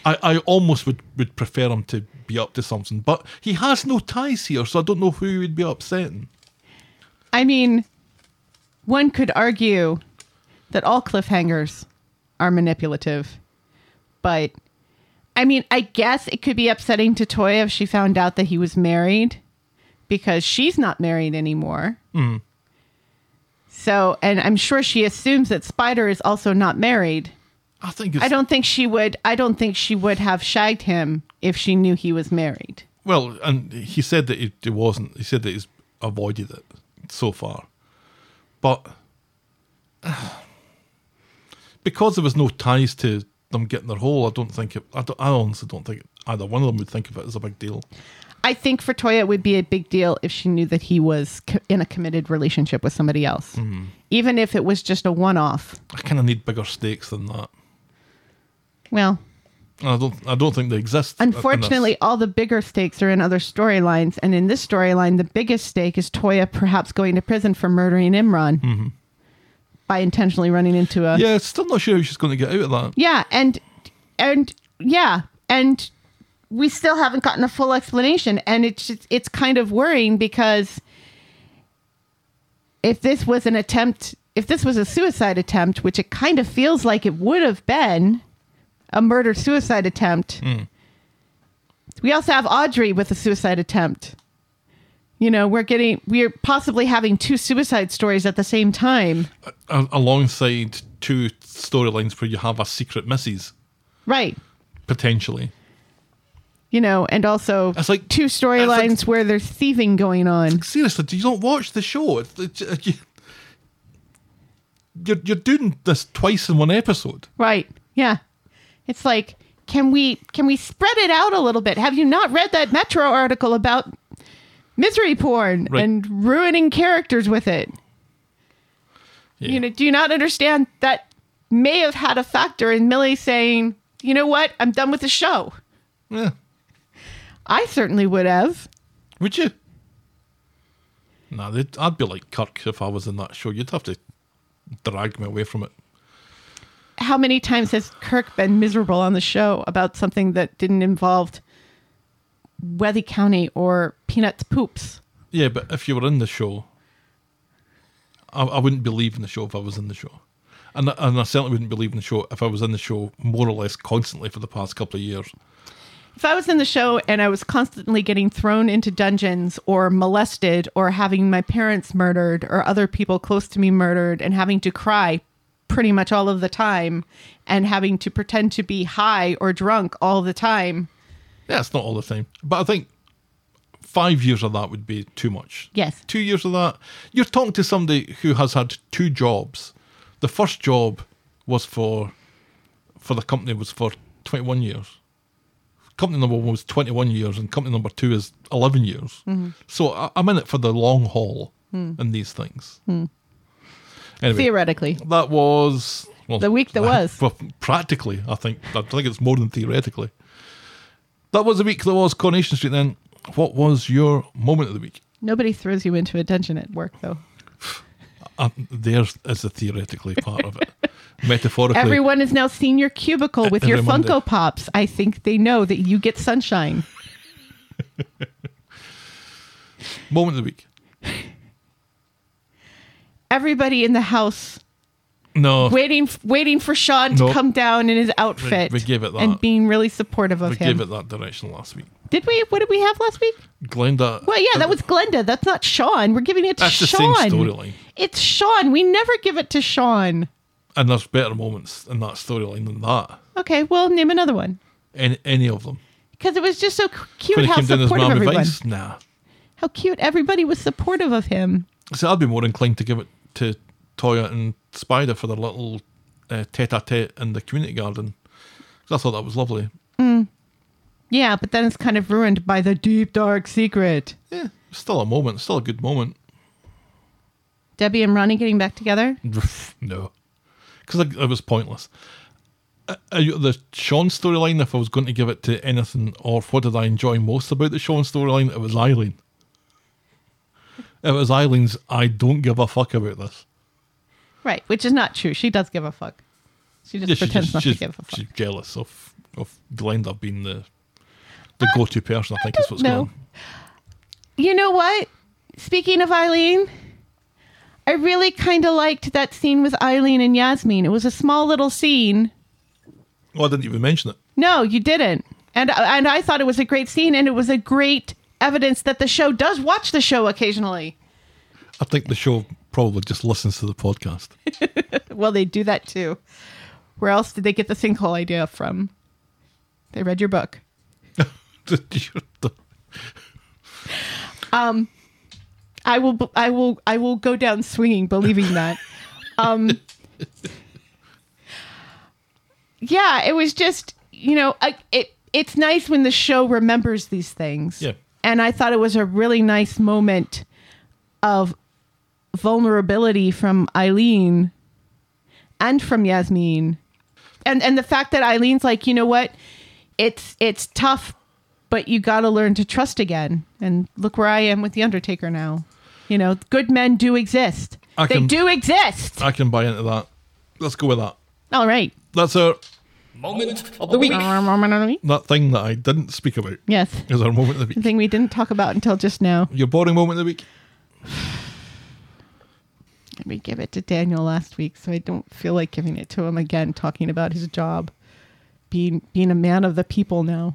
I, I almost would, would prefer him to be up to something, but he has no ties here, so I don't know who he would be upsetting. I mean, one could argue that all cliffhangers are manipulative, but I mean, I guess it could be upsetting to Toya if she found out that he was married because she's not married anymore. So, and I'm sure she assumes that Spider is also not married. I think it's, I don't think she would. I don't think she would have shagged him if she knew he was married. Well, and he said that he, he wasn't. He said that he's avoided it so far, but because there was no ties to them getting their hole, I don't think it. I, don't, I honestly don't think either one of them would think of it as a big deal. I think for Toya it would be a big deal if she knew that he was co- in a committed relationship with somebody else, even if it was just a one-off. I kind of need bigger stakes than that. Well, And I don't. I don't think they exist. in this. unfortunately, all the bigger stakes are in other storylines, and in this storyline, the biggest stake is Toya perhaps going to prison for murdering Imran by intentionally running into a yeah, still not sure how she's going to get out of that. Yeah, and and yeah, and we still haven't gotten a full explanation, and it's just, it's kind of worrying because if this was an attempt, if this was a suicide attempt, which it kind of feels like it would have been a murder suicide attempt, we also have Audrey with a suicide attempt. You know, we're getting we're possibly having two suicide stories at the same time. A- Alongside two storylines where you have a secret misses Right. potentially. you know, and also It's like- two storylines it's where there's thieving going on. Seriously, do you not watch the show? It's, it's, uh, you, you're you're doing this twice in one episode. Right. Yeah. It's like, can we can we spread it out a little bit? Have you not read that Metro article about misery porn Right. and ruining characters with it? Yeah. You know, do you not understand that may have had a factor in Millie saying, you know what, I'm done with the show. Yeah. I certainly would have. Would you? Nah, they'd, I'd be like Kirk if I was in that show. You'd have to drag me away from it. how many times has Kirk been miserable on the show about something that didn't involve Wethy County or Peanuts poops? Yeah, but if you were in the show, I, I wouldn't be leaving the show if I was in the show. And, I- and I certainly wouldn't be leaving the show if I was in the show more or less constantly for the past couple of years. If I was in the show and I was constantly getting thrown into dungeons or molested or having my parents murdered or other people close to me murdered and having to cry pretty much all of the time and having to pretend to be high or drunk all the time. Yeah, it's not all the time. But I think five years of that would be too much. Yes. Two years of that. You're talking to somebody who has had two jobs. The first job was for for the company was for twenty one years. Company number one was twenty one years and company number two is eleven years. Mm-hmm. So I, I'm in it for the long haul in these things. Anyway, Hmm. Theoretically. that was well, The week that was. Well, practically, I think. I think it's more than theoretically. That was the week that was Coronation Street. Then, what was your moment of the week? Nobody throws you into a dungeon at work though. Um, there's is the theoretically part of it. Metaphorically, Everyone is now seeing your cubicle with your Every Monday. Funko Pops. I think they know that you get sunshine. moment of the week. Everybody in the house No, waiting waiting for Sean Nope. to come down in his outfit Oh. We- we gave it that. and being really supportive of we him. gave it that direction last week. Did we? What did we have last week? Glenda. Well, yeah, that was Glenda. That's not Sean. We're giving it to That's the Sean. same storyline. It's Sean. We never give it to Sean. and there's better moments in that storyline than that. Okay, well, name another one Any, any of them. because it was just so c- When cute he how came down as supportive Miami everyone. Vice, nah. How cute everybody was supportive of him. So I'd be more inclined to give it to Toya and Spider for their little uh, tete-a-tete in the community garden. 'Cause I thought that was lovely. Yeah, but then it's kind of ruined by the deep dark secret. Yeah, still a moment, still a good moment. Debbie and Ronnie getting back together. no, because it was pointless. Uh, uh, the Sean storyline, if I was going to give it to anything, or what did I enjoy most about the Sean storyline, it was Eileen. It was Eileen's. I don't give a fuck about this. Right, which is not true. She does give a fuck. She just Yeah, she pretends just- not she's, to give a fuck. she's jealous of of Glenda being the the go to person. I think is what's don't going. know. You know what? Speaking of Eileen, I really kind of liked that scene with Eileen and Yasmin. It was a small little scene. on. Oh, I didn't even mention it. No, you didn't. And and I thought it was a great scene and it was a great evidence that the show does watch the show occasionally. I think the show probably just listens to the podcast. Well, they do that too. Where else did they get the sinkhole idea from? They read your book. I will b- I will I will go down swinging believing that. Um Yeah, it was just, you know, I, it it's nice when the show remembers these things. Yeah. And I thought it was a really nice moment of vulnerability from Eileen and from Yasmin. And and the fact that Eileen's like, "You know what? It's it's tough, but you got to learn to trust again. And look where I am with The Undertaker now. You know, good men do exist. I they can- do exist. I can buy into that. Let's go with that. All right. That's our Our moment of the week. that thing that I didn't speak about. Yes. Is our moment of the The week. thing we didn't talk about until just now. Your boring moment of the week. We gave it to Daniel last week, so I don't feel like giving it to him again, talking about his job. Being being a man of the people now.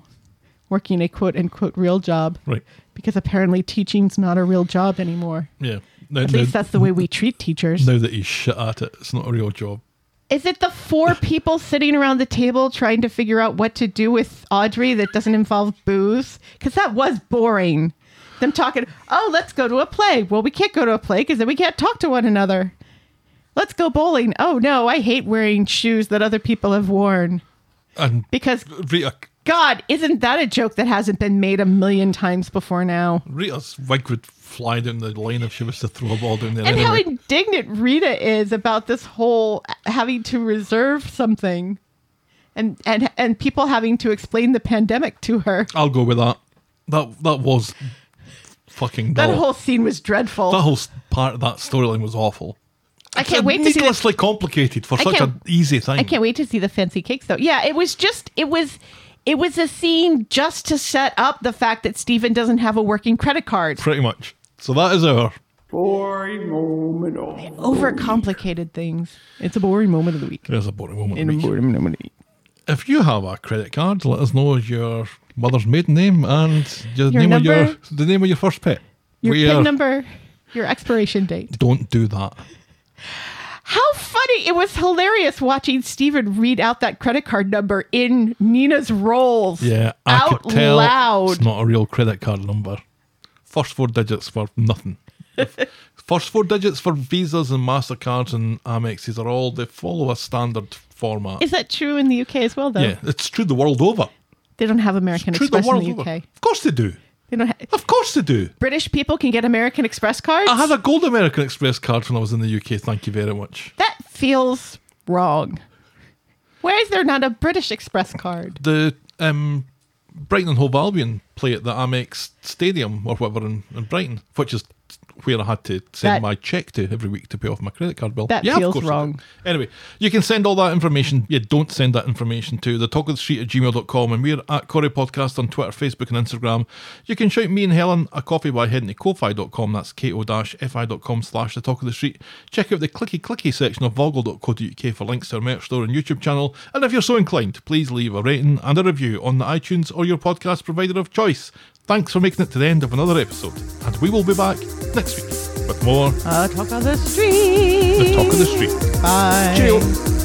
Working a quote unquote real job. Right. Because apparently teaching's not a real job anymore. Yeah. Now, At now- least that's the way we treat teachers. now that he's shit at it, it's not a real job. Is it the four people sitting around the table trying to figure out what to do with Audrey that doesn't involve booze? Because that was boring. Them talking, oh, let's go to a play. Well, we can't go to a play because then we can't talk to one another. Let's go bowling. Oh, no, I hate wearing shoes that other people have worn. And Because, Rita, God, isn't that a joke that hasn't been made a million times before now? Rita's wig would fly down the lane if she was to throw a ball down there. And how anyway. indignant Rita is about this whole having to reserve something and and and people having to explain the pandemic to her. I'll go with that. That that was fucking That dull. whole scene was dreadful. that whole s- part of that storyline was awful. I can't wait to see the, needlessly complicated for such an can't- easy thing. I can't wait to see the fancy cakes though. Yeah, it was just it was it was a scene just to set up the fact that Stephen doesn't have a working credit card. Pretty much. So that is our Overcomplicated things. It's a boring moment of the week. there's a boring moment. of the In a week. boring moment of the week. If you have a credit card, let us know your mother's maiden name and your, Your name of your number. the name of your first pet. Your we uh, PIN are- number, your expiration date. Don't do that. How funny! It was hilarious watching Steven read out that credit card number in Nina's rolls. Yeah, I out could tell loud. it's not a real credit card number. First four digits for nothing. First four digits for visas and Mastercards and Amexes are all they follow a standard format. Is that true in the UK as well? Though yeah, it's true the world over. they don't have American True the Express in world the over. UK. Of course they do. They don't. Ha- Of course they do. British people can get American Express cards. I had a gold American Express card when I was in the UK. Thank you very much. that feels wrong. Why is there not a British Express card? The um, Brighton and Hove Albion play at the Amex Stadium or whatever in, in Brighton, which is where I had to send That- my check to every week to pay off my credit card bill. That yeah, of feels course I wrong. did. Anyway, you can send all that information. You don't send that information to the talk of the street at gmail.com and we're at Corey Podcast on Twitter, Facebook, and Instagram. You can shout me and Helen a coffee by heading to ko-fi.com. That's ko-fi.com slash the talk of the street. Check out the clicky clicky section of vogle.co.uk for links to our merch store and YouTube channel. And if you're so inclined, please leave a rating and a review on the iTunes or your podcast provider of choice. Thanks for making it to the end of another episode, and we will be back next week with more Uh, talk of the street. The Talk of the Street. Bye. Cheerio.